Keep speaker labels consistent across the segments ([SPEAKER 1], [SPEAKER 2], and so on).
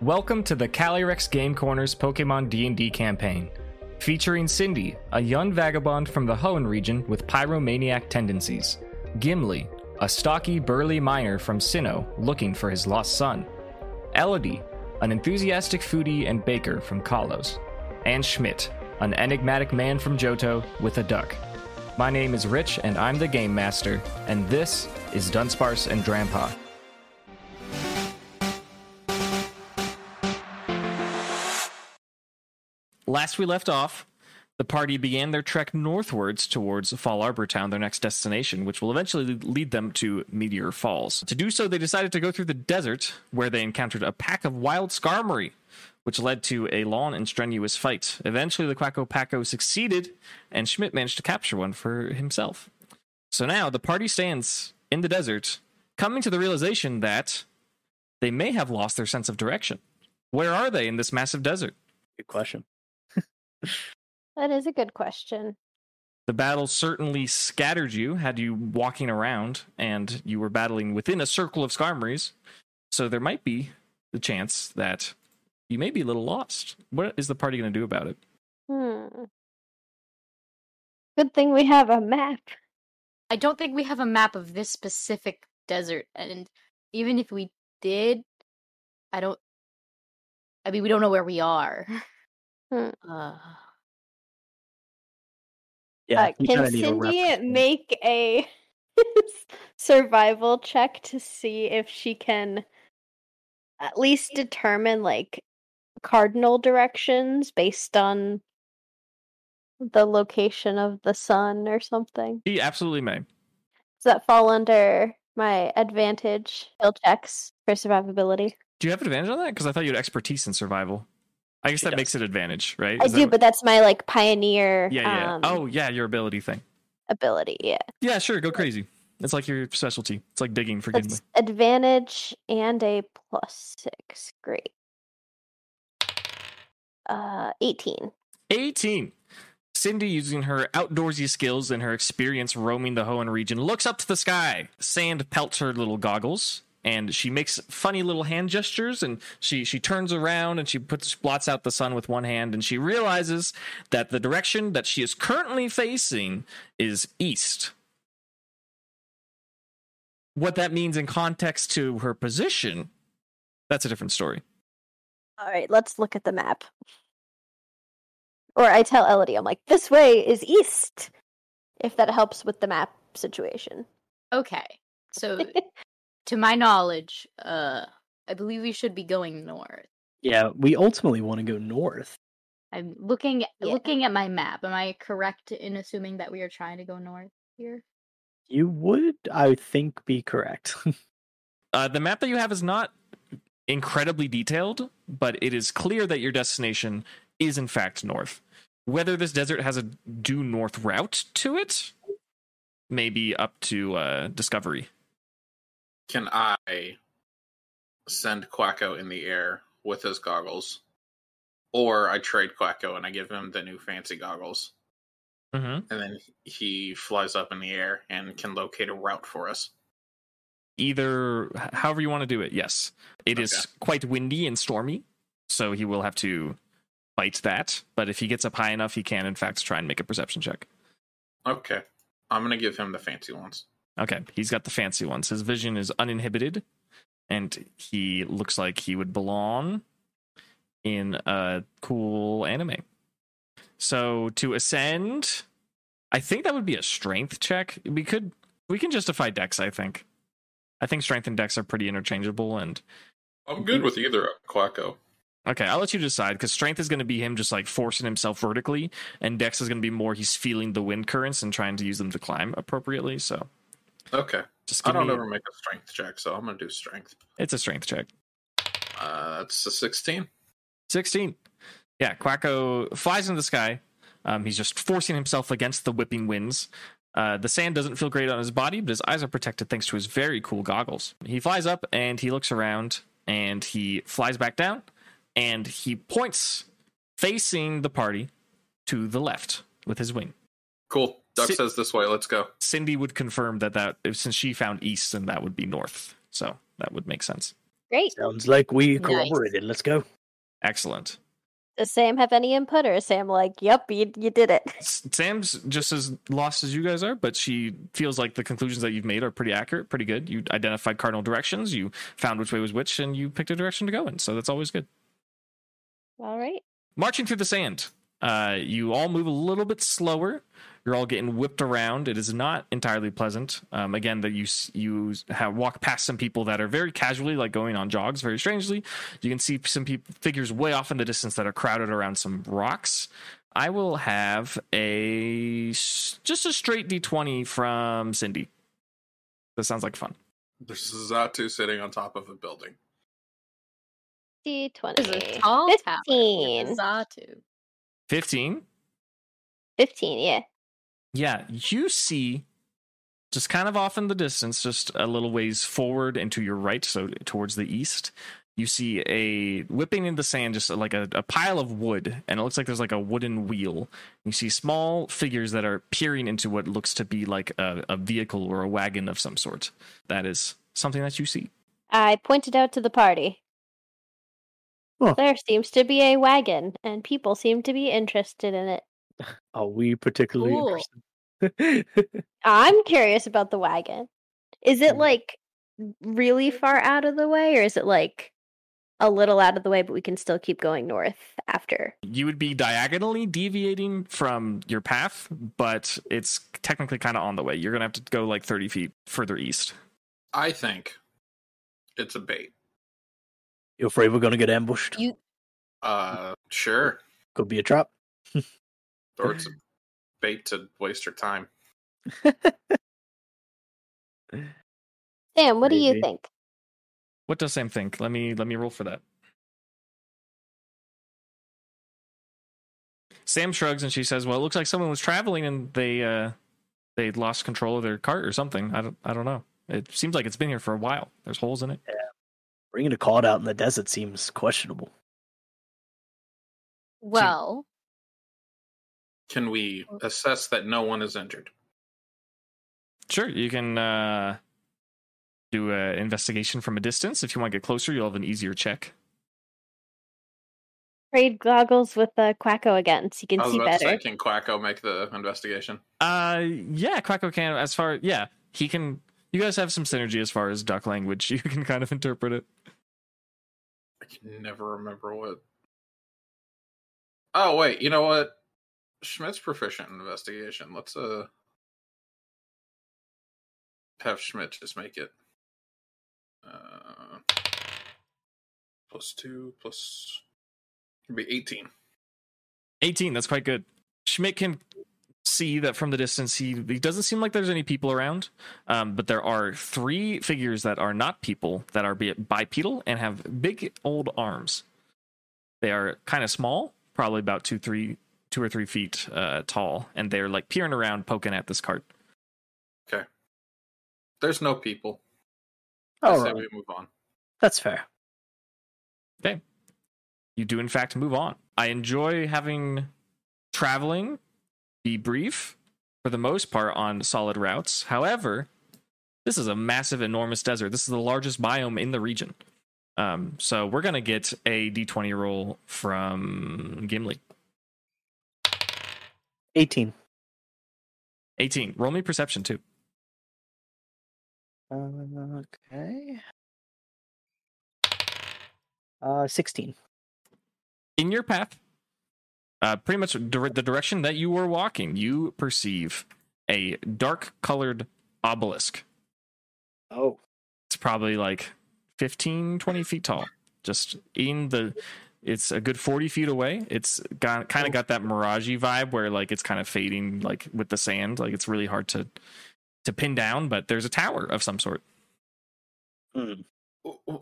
[SPEAKER 1] Welcome to the Calyrex Game Corner's Pokemon D&D campaign, featuring Cindy, a young vagabond from the Hoenn region with pyromaniac tendencies, Gimli, a stocky, burly miner from Sinnoh looking for his lost son, Elodie, an enthusiastic foodie and baker from Kalos, and Schmidt, an enigmatic man from Johto with a duck. My name is Rich, and I'm the Game Master, and this is Dunsparce and Drampa. Last we left off, the party began their trek northwards towards Fall Arbor Town, their next destination, which will eventually lead them to Meteor Falls. To do so, they decided to go through the desert, where they encountered a pack of wild Skarmory, which led to a long and strenuous fight. Eventually, the Quacko Paco succeeded, and Schmidt managed to capture one for himself. So now the party stands in the desert, coming to the realization that they may have lost their sense of direction. Where are they in this massive desert?
[SPEAKER 2] Good question.
[SPEAKER 3] That is a good question.
[SPEAKER 1] the battle certainly scattered you had you walking around and you were battling within a circle of skarmories so there might be the chance that you may be a little lost what is the party going to do about it
[SPEAKER 3] Hmm. Good thing we have a map.
[SPEAKER 4] I don't think we have a map of this specific desert, and even if we did, I don't. I mean, we don't know where we are.
[SPEAKER 3] Hmm.
[SPEAKER 4] Uh,
[SPEAKER 3] uh, can Cindy make a survival check to see if she can at least determine like cardinal directions based on the location of the sun or something?
[SPEAKER 1] he absolutely may
[SPEAKER 3] Does that fall under my advantage skill checks for survivability?
[SPEAKER 1] do you have advantage on that because i thought you had expertise in survival i guess
[SPEAKER 2] She
[SPEAKER 1] that
[SPEAKER 2] does.
[SPEAKER 1] makes it advantage right
[SPEAKER 3] I
[SPEAKER 1] Is that
[SPEAKER 3] do,
[SPEAKER 1] what-
[SPEAKER 3] but that's my like pioneer
[SPEAKER 1] yeah yeah
[SPEAKER 3] um,
[SPEAKER 1] oh yeah your ability thing
[SPEAKER 3] ability. Yeah.
[SPEAKER 1] yeah sure go crazy it's like your specialty it's like digging for gimli
[SPEAKER 3] That's advantage and a plus six. Great. Uh, eighteen.
[SPEAKER 1] 18. Cindy, using her outdoorsy skills and her experience roaming the Hoenn region, looks up to the sky. Sand pelts her little goggles, and she makes funny little hand gestures. And she she turns around and she puts blots out the sun with one hand, and she realizes that the direction that she is currently facing is east. What that means in context to her position, that's a different story.
[SPEAKER 3] All right, let's look at the map. Or I tell Elodie, I'm like, this way is east. If that helps with the map situation.
[SPEAKER 4] okay, so to my knowledge, uh, I believe we should be going north.
[SPEAKER 2] Yeah, we ultimately want to go north.
[SPEAKER 4] I'm looking
[SPEAKER 3] Yeah.
[SPEAKER 4] looking at my map. Am I correct in assuming that we are trying to go north here?
[SPEAKER 2] You would, I think, be correct.
[SPEAKER 1] Uh, the map that you have is not incredibly detailed, but it is clear that your destination is in fact north. Whether this desert has a due north route to it, maybe up to uh, discovery.
[SPEAKER 5] Can I send Quacko in the air with his goggles? Or I trade Quacko and I give him the new fancy goggles.
[SPEAKER 1] Mm-hmm.
[SPEAKER 5] And then he flies up in the air and can locate a route for us.
[SPEAKER 1] Either h- however you want to do it. Yes, it is
[SPEAKER 5] Okay.
[SPEAKER 1] quite windy and stormy, so he will have to fight that. But if he gets up high enough, he can in fact try and make a perception check.
[SPEAKER 5] Okay. I'm going to give him the fancy ones.
[SPEAKER 1] Okay, he's got the fancy ones. His vision is uninhibited, and he looks like he would belong in a cool anime. So to ascend, I think that would be a strength check. We could we can justify dex. I think. I think strength and dex are pretty interchangeable, and
[SPEAKER 5] I'm good with either Quacko.
[SPEAKER 1] Okay, I'll let you decide because strength is going to be him just like forcing himself vertically, and dex is going to be more he's feeling the wind currents and trying to use them to climb appropriately. So
[SPEAKER 5] Okay.
[SPEAKER 1] just
[SPEAKER 5] I
[SPEAKER 1] give
[SPEAKER 5] don't
[SPEAKER 1] me
[SPEAKER 5] ever make a strength check, so I'm going to do strength.
[SPEAKER 1] it's a strength check.
[SPEAKER 5] Uh, that's a 16.
[SPEAKER 1] 16. Yeah, Quacko flies into the sky. Um, he's just forcing himself against the whipping winds. Uh, the sand doesn't feel great on his body, but his eyes are protected thanks to his very cool goggles. He flies up and he looks around and he flies back down and he points facing the party to the left with his wing.
[SPEAKER 5] Cool. Duck
[SPEAKER 1] Si-
[SPEAKER 5] says this way. Let's go.
[SPEAKER 1] Cindy would confirm that that since she found east, then that would be north. So that would make sense.
[SPEAKER 3] Great.
[SPEAKER 2] Sounds like we
[SPEAKER 4] Nice.
[SPEAKER 2] cooperated. Let's go.
[SPEAKER 1] Excellent.
[SPEAKER 3] Does Sam have any input, or is Sam like, "Yep, you you did it."
[SPEAKER 1] S- Sam's just as lost as you guys are, but she feels like the conclusions that you've made are pretty accurate, pretty good. You identified cardinal directions, you found which way was which, and you picked a direction to go in. So that's always good.
[SPEAKER 3] All right.
[SPEAKER 1] marching through the sand. Uh, you all move a little bit slower. You're all getting whipped around. It is not entirely pleasant. Um, again, that you s- you s- have walk past some people that are very casually, like going on jogs, very strangely. You can see some people figures way off in the distance that are crowded around some rocks. I will have a s- just a straight d20 from Cindy. That sounds like fun.
[SPEAKER 5] There's Zatu sitting on top of a building.
[SPEAKER 3] D
[SPEAKER 4] There's
[SPEAKER 3] twenty.
[SPEAKER 4] a tall tower. with a
[SPEAKER 3] 15.
[SPEAKER 4] Zatu.
[SPEAKER 1] Fifteen.
[SPEAKER 3] Fifteen. Yeah.
[SPEAKER 1] Yeah, you see just kind of off in the distance, just a little ways forward and to your right, so towards the east, you see a whipping in the sand, just like a, a pile of wood, and it looks like there's like a wooden wheel. You see small figures that are peering into what looks to be like a, a vehicle or a wagon of some sort. That is something that you see.
[SPEAKER 3] I pointed out to the party.
[SPEAKER 2] Huh.
[SPEAKER 3] There seems to be a wagon, and people seem to be interested in it.
[SPEAKER 2] Are we particularly
[SPEAKER 4] Cool.
[SPEAKER 2] interested?
[SPEAKER 3] I'm curious about the wagon. Is it
[SPEAKER 2] Mm.
[SPEAKER 3] like really far out of the way, or is it like a little out of the way, but we can still keep going north after?
[SPEAKER 1] You would be diagonally deviating from your path, but it's technically kind of on the way. You're going to have to go like 30 feet further east.
[SPEAKER 5] I think it's a bait.
[SPEAKER 2] You're afraid we're gonna get ambushed?
[SPEAKER 4] You
[SPEAKER 5] Uh, sure.
[SPEAKER 2] Could be a trap.
[SPEAKER 5] Or it's a bait to waste your time.
[SPEAKER 3] Sam, what do you
[SPEAKER 2] Maybe.
[SPEAKER 3] think?
[SPEAKER 1] What does Sam think? Let me let me roll for that. Sam shrugs and she says, "Well, it looks like someone was traveling and they uh they lost control of their cart or something. I don't I don't know. It seems like it's been here for a while. There's holes in it.
[SPEAKER 2] Bringing a card out in the desert seems questionable.
[SPEAKER 4] well,
[SPEAKER 5] Can we assess that no one is injured?
[SPEAKER 1] Sure, you can uh do an investigation from a distance. If you want to get closer, you'll have an easier check.
[SPEAKER 3] Trade goggles with uh, Quacko again, so you
[SPEAKER 5] I
[SPEAKER 3] can
[SPEAKER 5] was
[SPEAKER 3] see
[SPEAKER 5] about to say,
[SPEAKER 3] better.
[SPEAKER 5] can Quacko make the investigation?
[SPEAKER 1] Uh, yeah, Quacko can. As far yeah, he can. You guys have some synergy as far as duck language. You can kind of interpret it.
[SPEAKER 5] I can never remember what. Oh wait, you know what? Schmidt's proficient in investigation. Let's uh have Schmidt just make it. Uh, plus two plus it'd be eighteen.
[SPEAKER 1] 18 that's quite good schmidt can see that from the distance he, he doesn't seem like there's any people around um, but there are three figures that are not people that are bi- bipedal and have big old arms they are kind of small probably about two three two or three feet uh, tall and they're like peering around poking at this cart
[SPEAKER 5] There's no people. I
[SPEAKER 2] All
[SPEAKER 5] say
[SPEAKER 2] right,
[SPEAKER 5] we move on.
[SPEAKER 2] that's fair.
[SPEAKER 1] you do in fact move on. I enjoy having traveling be brief for the most part on solid routes. However, this is a massive, enormous desert. This is the largest biome in the region. Um, so we're gonna get a d20 roll from Gimli.
[SPEAKER 2] 18.
[SPEAKER 1] 18. Roll me perception too.
[SPEAKER 2] Uh, okay. Uh, 16.
[SPEAKER 1] in your path, uh, pretty much dir- the direction that you were walking, you perceive a dark colored obelisk.
[SPEAKER 2] Oh,
[SPEAKER 1] it's probably like 15 20 feet tall just in the it's a good 40 feet away it's got kind of got that miragey vibe where like it's kind of fading like with the sand like it's really hard to to pin down but there's a tower of some sort
[SPEAKER 2] hmm.
[SPEAKER 5] Ooh, ooh.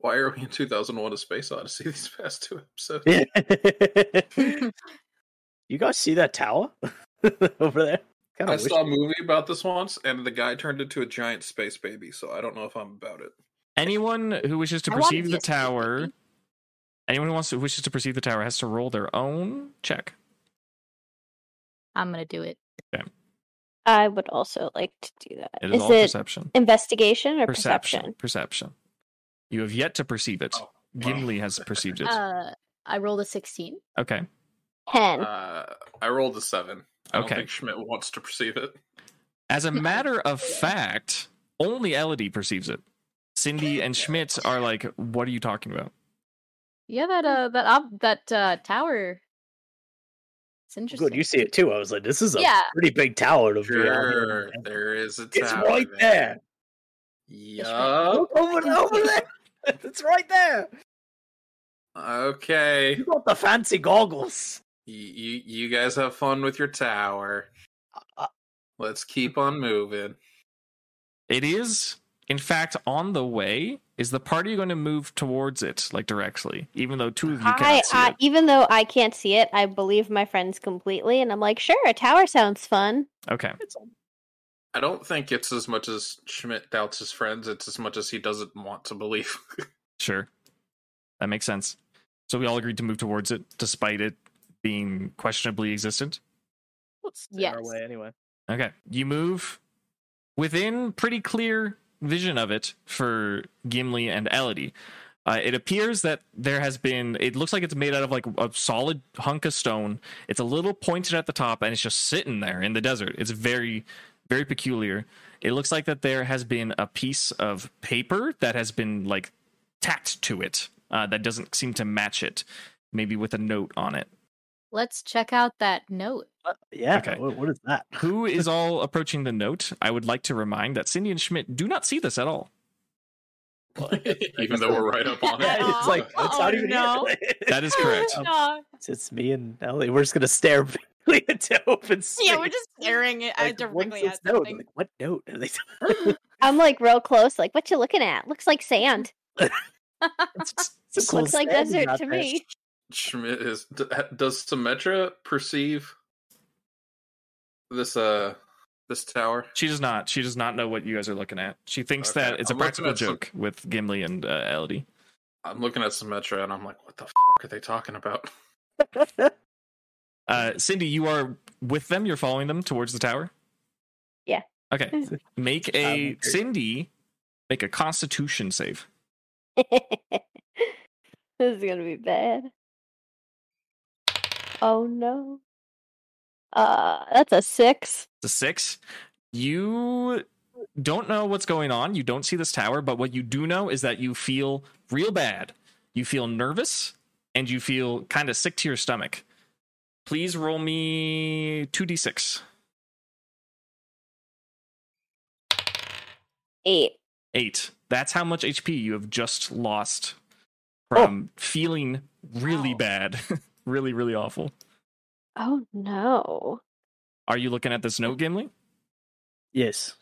[SPEAKER 5] Why are we in 2001: A Space Odyssey these past two episodes?
[SPEAKER 2] you guys see that tower over there? Kind
[SPEAKER 5] I
[SPEAKER 2] of wish.
[SPEAKER 5] saw a movie about this once, and the guy turned into a giant space baby. So I don't know if I'm about it.
[SPEAKER 1] anyone who wishes to
[SPEAKER 4] I wanna
[SPEAKER 1] perceive
[SPEAKER 4] be
[SPEAKER 1] the
[SPEAKER 4] a space
[SPEAKER 1] tower
[SPEAKER 4] baby.
[SPEAKER 1] anyone who wants to wishes to perceive the tower has to roll their own check
[SPEAKER 4] I'm gonna do it.
[SPEAKER 3] I would also like to do that.
[SPEAKER 1] It is,
[SPEAKER 3] Is
[SPEAKER 1] all
[SPEAKER 3] it
[SPEAKER 1] perception.
[SPEAKER 3] investigation or
[SPEAKER 1] perception.
[SPEAKER 3] perception?
[SPEAKER 1] Perception. You have yet to perceive it.
[SPEAKER 5] Oh,
[SPEAKER 1] Gimli has perceived it.
[SPEAKER 4] Uh, I rolled a 16.
[SPEAKER 1] okay.
[SPEAKER 2] Oh.
[SPEAKER 3] Ten.
[SPEAKER 5] Uh, I rolled a seven. I
[SPEAKER 1] Okay.
[SPEAKER 5] don't think Schmidt wants to perceive it.
[SPEAKER 1] As a matter of fact, only Elodie perceives it. Cindy and Schmidt are like, "What are you talking about?"
[SPEAKER 4] Yeah, that uh, that ob- that uh, tower. It's interesting.
[SPEAKER 2] Oh, Good, you see it too. I was like, this is a
[SPEAKER 4] Yeah.
[SPEAKER 2] pretty big tower to be out
[SPEAKER 5] Sure,
[SPEAKER 2] here.
[SPEAKER 5] there is a tower.
[SPEAKER 2] uh, It's right there.
[SPEAKER 5] Yup.
[SPEAKER 2] Over, over there. It's right there.
[SPEAKER 5] Okay.
[SPEAKER 2] You got the fancy goggles.
[SPEAKER 5] You, you you guys have fun with your tower.
[SPEAKER 2] Uh,
[SPEAKER 5] Let's keep on moving.
[SPEAKER 1] It is, in fact, on the way. Is the party going to move towards it, like directly? Even though two of you cannot
[SPEAKER 3] I,
[SPEAKER 1] see
[SPEAKER 3] I
[SPEAKER 1] it.
[SPEAKER 3] even though I can't see it, I believe my friends completely, and I'm like, sure, a tower sounds fun.
[SPEAKER 1] Okay.
[SPEAKER 2] It's on
[SPEAKER 5] I don't think it's as much as Schmidt doubts his friends. It's as much as he doesn't want to believe.
[SPEAKER 1] Sure. That makes sense. So we all agreed to move towards it, despite it being questionably existent.
[SPEAKER 2] the
[SPEAKER 4] Yes.
[SPEAKER 2] stairway anyway.
[SPEAKER 1] Okay. You move within pretty clear vision of it for Gimli and Elodie. Uh, it appears that there has been, it looks like it's made out of like a solid hunk of stone. It's a little pointed at the top and it's just sitting there in the desert. It's very, very peculiar. It looks like that there has been a piece of paper that has been like tacked to it uh, that doesn't seem to match it, maybe with a note on it.
[SPEAKER 4] Let's check out that note.
[SPEAKER 2] Uh, yeah.
[SPEAKER 1] Okay.
[SPEAKER 2] What, what is that?
[SPEAKER 1] Who is all approaching the note? I would like to remind that Cindy and Schmidt do not see this at all.
[SPEAKER 5] Even though we're right up on it.
[SPEAKER 4] At
[SPEAKER 2] it's like
[SPEAKER 4] all.
[SPEAKER 2] it's not
[SPEAKER 4] Oh,
[SPEAKER 2] even
[SPEAKER 4] no.
[SPEAKER 2] here.
[SPEAKER 1] That is correct.
[SPEAKER 2] Um,
[SPEAKER 4] No.
[SPEAKER 2] it's, it's me and Ellie. We're just gonna stare vaguely into open space.
[SPEAKER 6] Yeah, we're just staring at,
[SPEAKER 2] like,
[SPEAKER 6] directly
[SPEAKER 2] what's
[SPEAKER 6] at
[SPEAKER 2] this note?
[SPEAKER 6] something.
[SPEAKER 2] Like, what note? Are they
[SPEAKER 3] I'm like real close, like, what you looking at? Looks like sand.
[SPEAKER 2] It's
[SPEAKER 3] Looks like desert to me.
[SPEAKER 5] Schmidt is. d- Does Symmetra perceive this? Uh, this tower.
[SPEAKER 1] She does not. She does not know what you guys are looking at. She thinks
[SPEAKER 5] Okay,
[SPEAKER 1] that it's a
[SPEAKER 5] I'm looking
[SPEAKER 1] practical
[SPEAKER 5] at some-
[SPEAKER 1] joke with Gimli and uh, Elodie.
[SPEAKER 5] I'm looking at Symmetra and I'm like, what the f- are they talking about?
[SPEAKER 1] Uh, Cindy, you are with them. You're following them towards the tower.
[SPEAKER 3] Yeah.
[SPEAKER 1] Okay. Make a
[SPEAKER 2] Um,
[SPEAKER 1] Cindy. Make a Constitution save.
[SPEAKER 3] this is gonna be bad. Oh no. Uh that's a six.
[SPEAKER 1] The six. You don't know what's going on. You don't see this tower, but what you do know is that you feel real bad. You feel nervous and you feel kind of sick to your stomach. Please roll me 2d6.
[SPEAKER 3] Eight.
[SPEAKER 1] Eight. That's how much HP you have just lost from feeling really
[SPEAKER 6] Wow.
[SPEAKER 1] bad. really, really awful.
[SPEAKER 3] Oh no.
[SPEAKER 1] Are you looking at this note, Gimli?
[SPEAKER 2] yes.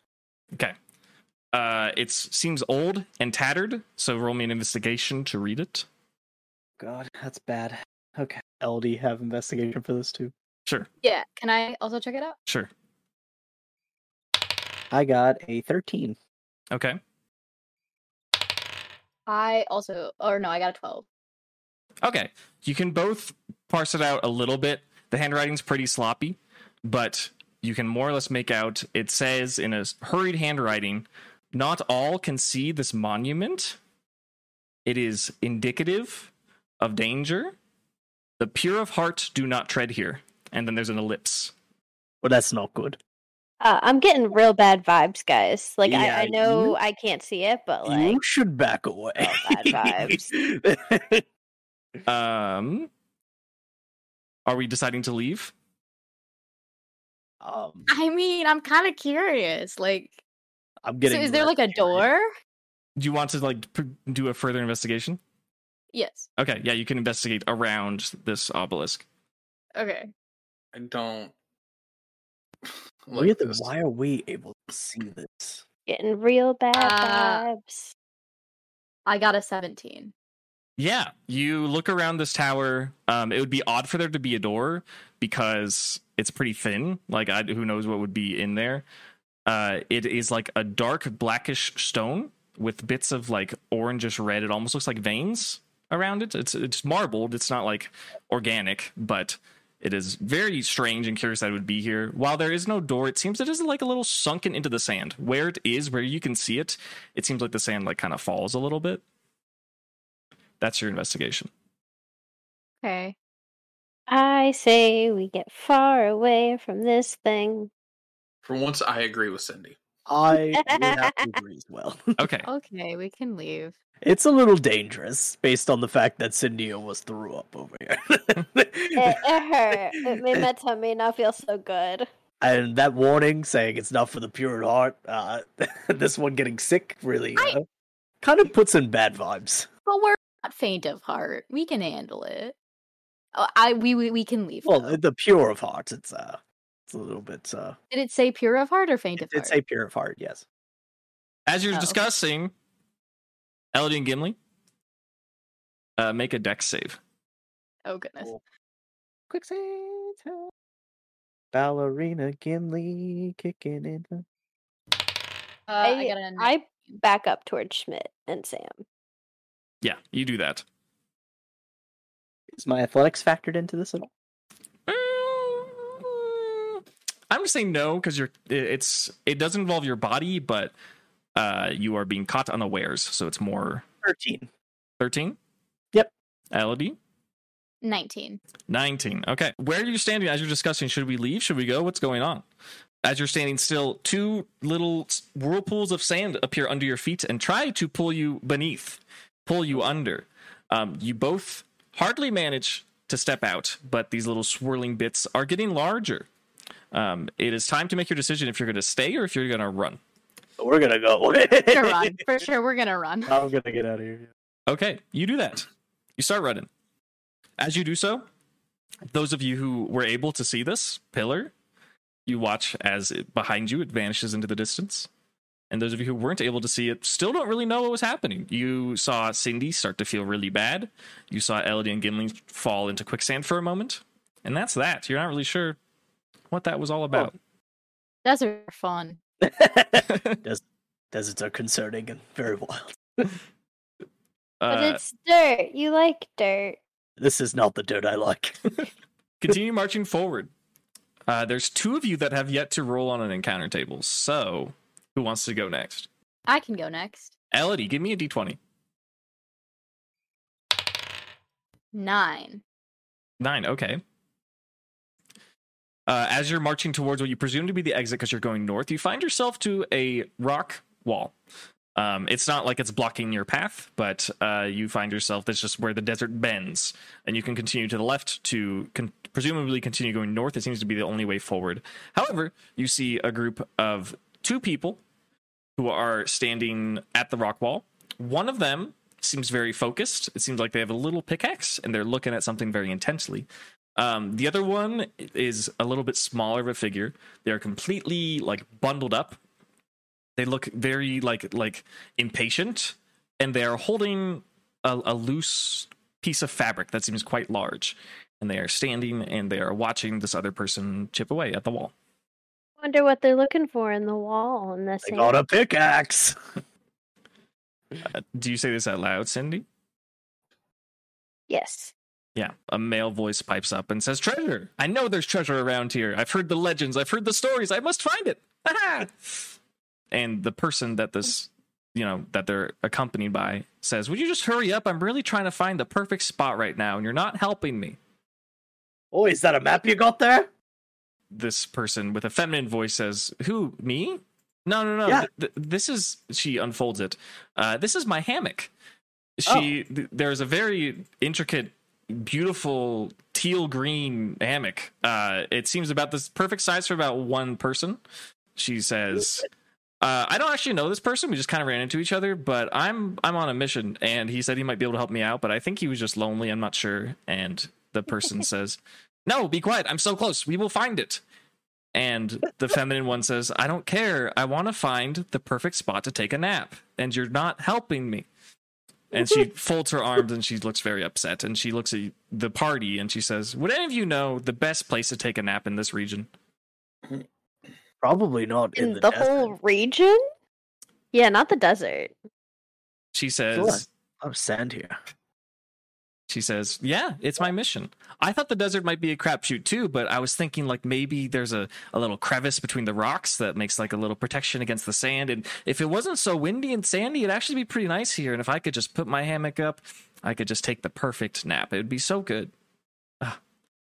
[SPEAKER 1] Uh, it seems old and tattered, so roll me an investigation to read it.
[SPEAKER 2] God, that's bad. Okay. LD have investigation for this too.
[SPEAKER 1] Sure,
[SPEAKER 4] Yeah. Can I also check it out?
[SPEAKER 1] sure.
[SPEAKER 2] I got a thirteen.
[SPEAKER 1] Okay.
[SPEAKER 4] I also, or no, I got a 12.
[SPEAKER 1] Okay. You can both parse it out a little bit. The handwriting's pretty sloppy, but you can more or less make out it says in a s- hurried handwriting, not all can see this monument. It is indicative of danger. The pure of heart do not tread here. And then there's an ellipse.
[SPEAKER 2] Well, that's not good.
[SPEAKER 3] Uh, I'm getting real bad vibes, guys. Like
[SPEAKER 2] Yeah,
[SPEAKER 3] I, I know
[SPEAKER 2] you-
[SPEAKER 3] I can't see it, but like
[SPEAKER 2] You should back away.
[SPEAKER 3] Oh, bad
[SPEAKER 2] vibes.
[SPEAKER 1] Um Are we deciding to leave?
[SPEAKER 2] um,
[SPEAKER 4] I mean, I'm kind of curious. Like,
[SPEAKER 2] I'm
[SPEAKER 4] so
[SPEAKER 2] getting.
[SPEAKER 4] is there like a
[SPEAKER 2] left here, right?
[SPEAKER 4] door?
[SPEAKER 1] Do you want to like p- do a further investigation?
[SPEAKER 4] Yes.
[SPEAKER 1] Okay, yeah, you can investigate around this obelisk.
[SPEAKER 4] Okay.
[SPEAKER 5] I don't. like
[SPEAKER 2] Really,
[SPEAKER 5] this.
[SPEAKER 2] why are we able to see this?
[SPEAKER 3] getting real bad
[SPEAKER 4] Uh,
[SPEAKER 3] vibes.
[SPEAKER 4] I got a 17.
[SPEAKER 1] Yeah, you look around this tower. Um, it would be odd for there to be a door because it's pretty thin. Like, I, who knows what would be in there? Uh, it is like a dark blackish stone with bits of like orangish red. It almost looks like veins around it. It's it's marbled. It's not like organic, but It is very strange and curious that it would be here. While there is no door, it seems it is like a little sunken into the sand. Where it is, where you can see it, it seems like the sand like kind of falls a little bit. That's your investigation.
[SPEAKER 4] Okay.
[SPEAKER 3] I say we get far away from this thing.
[SPEAKER 5] For once, I agree with Cindy.
[SPEAKER 2] I would have to agree as well.
[SPEAKER 1] Okay.
[SPEAKER 4] Oh, Okay, we can leave.
[SPEAKER 2] It's a little dangerous based on the fact that Cindy almost threw up over
[SPEAKER 4] Eh.
[SPEAKER 2] here.
[SPEAKER 3] It, it hurt. It made my tummy not feel so good.
[SPEAKER 2] and that warning saying it's not for the pure at heart, uh, this one getting sick really
[SPEAKER 4] I-
[SPEAKER 2] uh, kind of puts in bad vibes.
[SPEAKER 4] But we're not faint of heart. We can handle it. Oh, I we we, we can leave.
[SPEAKER 2] Well,
[SPEAKER 4] though.
[SPEAKER 2] the pure of heart, it's, uh, it's a little bit. Uh,
[SPEAKER 4] Did it say pure of heart or faint
[SPEAKER 2] it
[SPEAKER 4] of
[SPEAKER 2] did
[SPEAKER 4] heart?
[SPEAKER 2] say pure of heart, yes.
[SPEAKER 1] As you're
[SPEAKER 4] Oh.
[SPEAKER 1] discussing, Elodie and Gimli, uh, make a dex save.
[SPEAKER 4] oh goodness.
[SPEAKER 2] Quick save. help. Ballerina Gimli kicking in. the-
[SPEAKER 4] Uh, I, got an
[SPEAKER 3] I back up towards Schmidt and Sam.
[SPEAKER 1] Yeah, you do that.
[SPEAKER 2] Is my athletics factored into this at all?
[SPEAKER 1] Mm, I'm gonna say no because you're. it- It's. It does involve your body, but uh, you are being caught unawares, so it's more
[SPEAKER 2] 13.
[SPEAKER 1] thirteen.
[SPEAKER 2] Yep.
[SPEAKER 1] Elodie,
[SPEAKER 4] nineteen.
[SPEAKER 1] nineteen. Okay. Where are you standing as you're discussing? Should we leave? Should we go? What's going on? As you're standing still, two little s- whirlpools of sand appear under your feet and try to pull you beneath, pull you under. Um, you both hardly manage to step out, but these little swirling bits are getting larger. Um, it is time to make your decision if you're going to stay or if you're going to run.
[SPEAKER 2] We're going to go.
[SPEAKER 4] We're gonna run for sure. We're gonna run.
[SPEAKER 1] Oh.
[SPEAKER 2] I'm going to get out of here.
[SPEAKER 1] Okay, you do that. You start running. As you do so, those of you who were able to see this pillar, you watch as it, behind you it vanishes into the distance. And those of you who weren't able to see it still don't really know what was happening. You saw Cindy start to feel really bad. You saw Elodie and Gimli fall into quicksand for a moment. And that's that. You're not really sure what that was all about.
[SPEAKER 3] Oh,
[SPEAKER 4] Those are fun.
[SPEAKER 2] Deserts are concerning and very wild.
[SPEAKER 3] But
[SPEAKER 1] Uh,
[SPEAKER 3] it's dirt. You like dirt.
[SPEAKER 2] This is not the dirt I like.
[SPEAKER 1] continue marching forward. Uh, there's two of you that have yet to roll on an encounter table. So, who wants to go next?
[SPEAKER 4] I can go next.
[SPEAKER 1] Elodie, give me a d20.
[SPEAKER 4] Nine.
[SPEAKER 1] Nine. Okay. Uh, as you're marching towards what you presume to be the exit because you're going north, you find yourself to a rock wall. Um, it's not like it's blocking your path, but uh, you find yourself that's just where the desert bends, and you can continue to the left to con- presumably continue going north. It seems to be the only way forward. However, you see a group of two people who are standing at the rock wall. One of them seems very focused. It seems like they have a little pickaxe and they're looking at something very intensely. Um, the other one is a little bit smaller of a figure. They are completely like bundled up. They look very like like impatient, and they are holding a, a loose piece of fabric that seems quite large. And they are standing and they are watching this other person chip away at the wall.
[SPEAKER 3] Wonder what they're looking for in the wall in this.
[SPEAKER 2] I got a pickaxe.
[SPEAKER 1] Uh, do you say this out loud, Cindy?
[SPEAKER 3] Yes.
[SPEAKER 1] Yeah, a male voice pipes up and says, "Treasure! I know there's treasure around here. I've heard the legends. I've heard the stories. I must find it." Aha! and the person that this, you know, that they're accompanied by says, "Would you just hurry up? I'm really trying to find the perfect spot right now, and you're not helping me."
[SPEAKER 2] Oh, is that a map you got there?
[SPEAKER 1] This person with a feminine voice says, "Who? Me? No, no, no.
[SPEAKER 2] Yeah.
[SPEAKER 1] Th- th- this is." She unfolds it. Uh, this is my hammock. She th- there's a very intricate beautiful teal green hammock. Uh, it seems about this perfect size for about one person. She says, uh, "I don't actually know this person. We just kind of ran into each other, but I'm I'm on a mission, and he said he might be able to help me out, but I think he was just lonely. I'm not sure." And the person says, "No, be quiet. I'm so close. We will find it." And the feminine one says, "I don't care. I want to find the perfect spot to take a nap, and you're not helping me." and she folds her arms and she looks very upset and she looks at the party and she says would any of you know the best place to take a nap in this region
[SPEAKER 2] Probably not in,
[SPEAKER 3] In, the,
[SPEAKER 2] desert.
[SPEAKER 3] whole region? Yeah, not the desert.
[SPEAKER 1] she says
[SPEAKER 2] Sure. Oh, sand here.
[SPEAKER 1] She says, "Yeah, it's my mission. I thought the desert might be a crapshoot too, but I was thinking like maybe there's a, a little crevice between the rocks that makes like a little protection against the sand. And if it wasn't so windy and sandy, it'd actually be pretty nice here. And if I could just put my hammock up, I could just take the perfect nap. It'd be so good." Ah.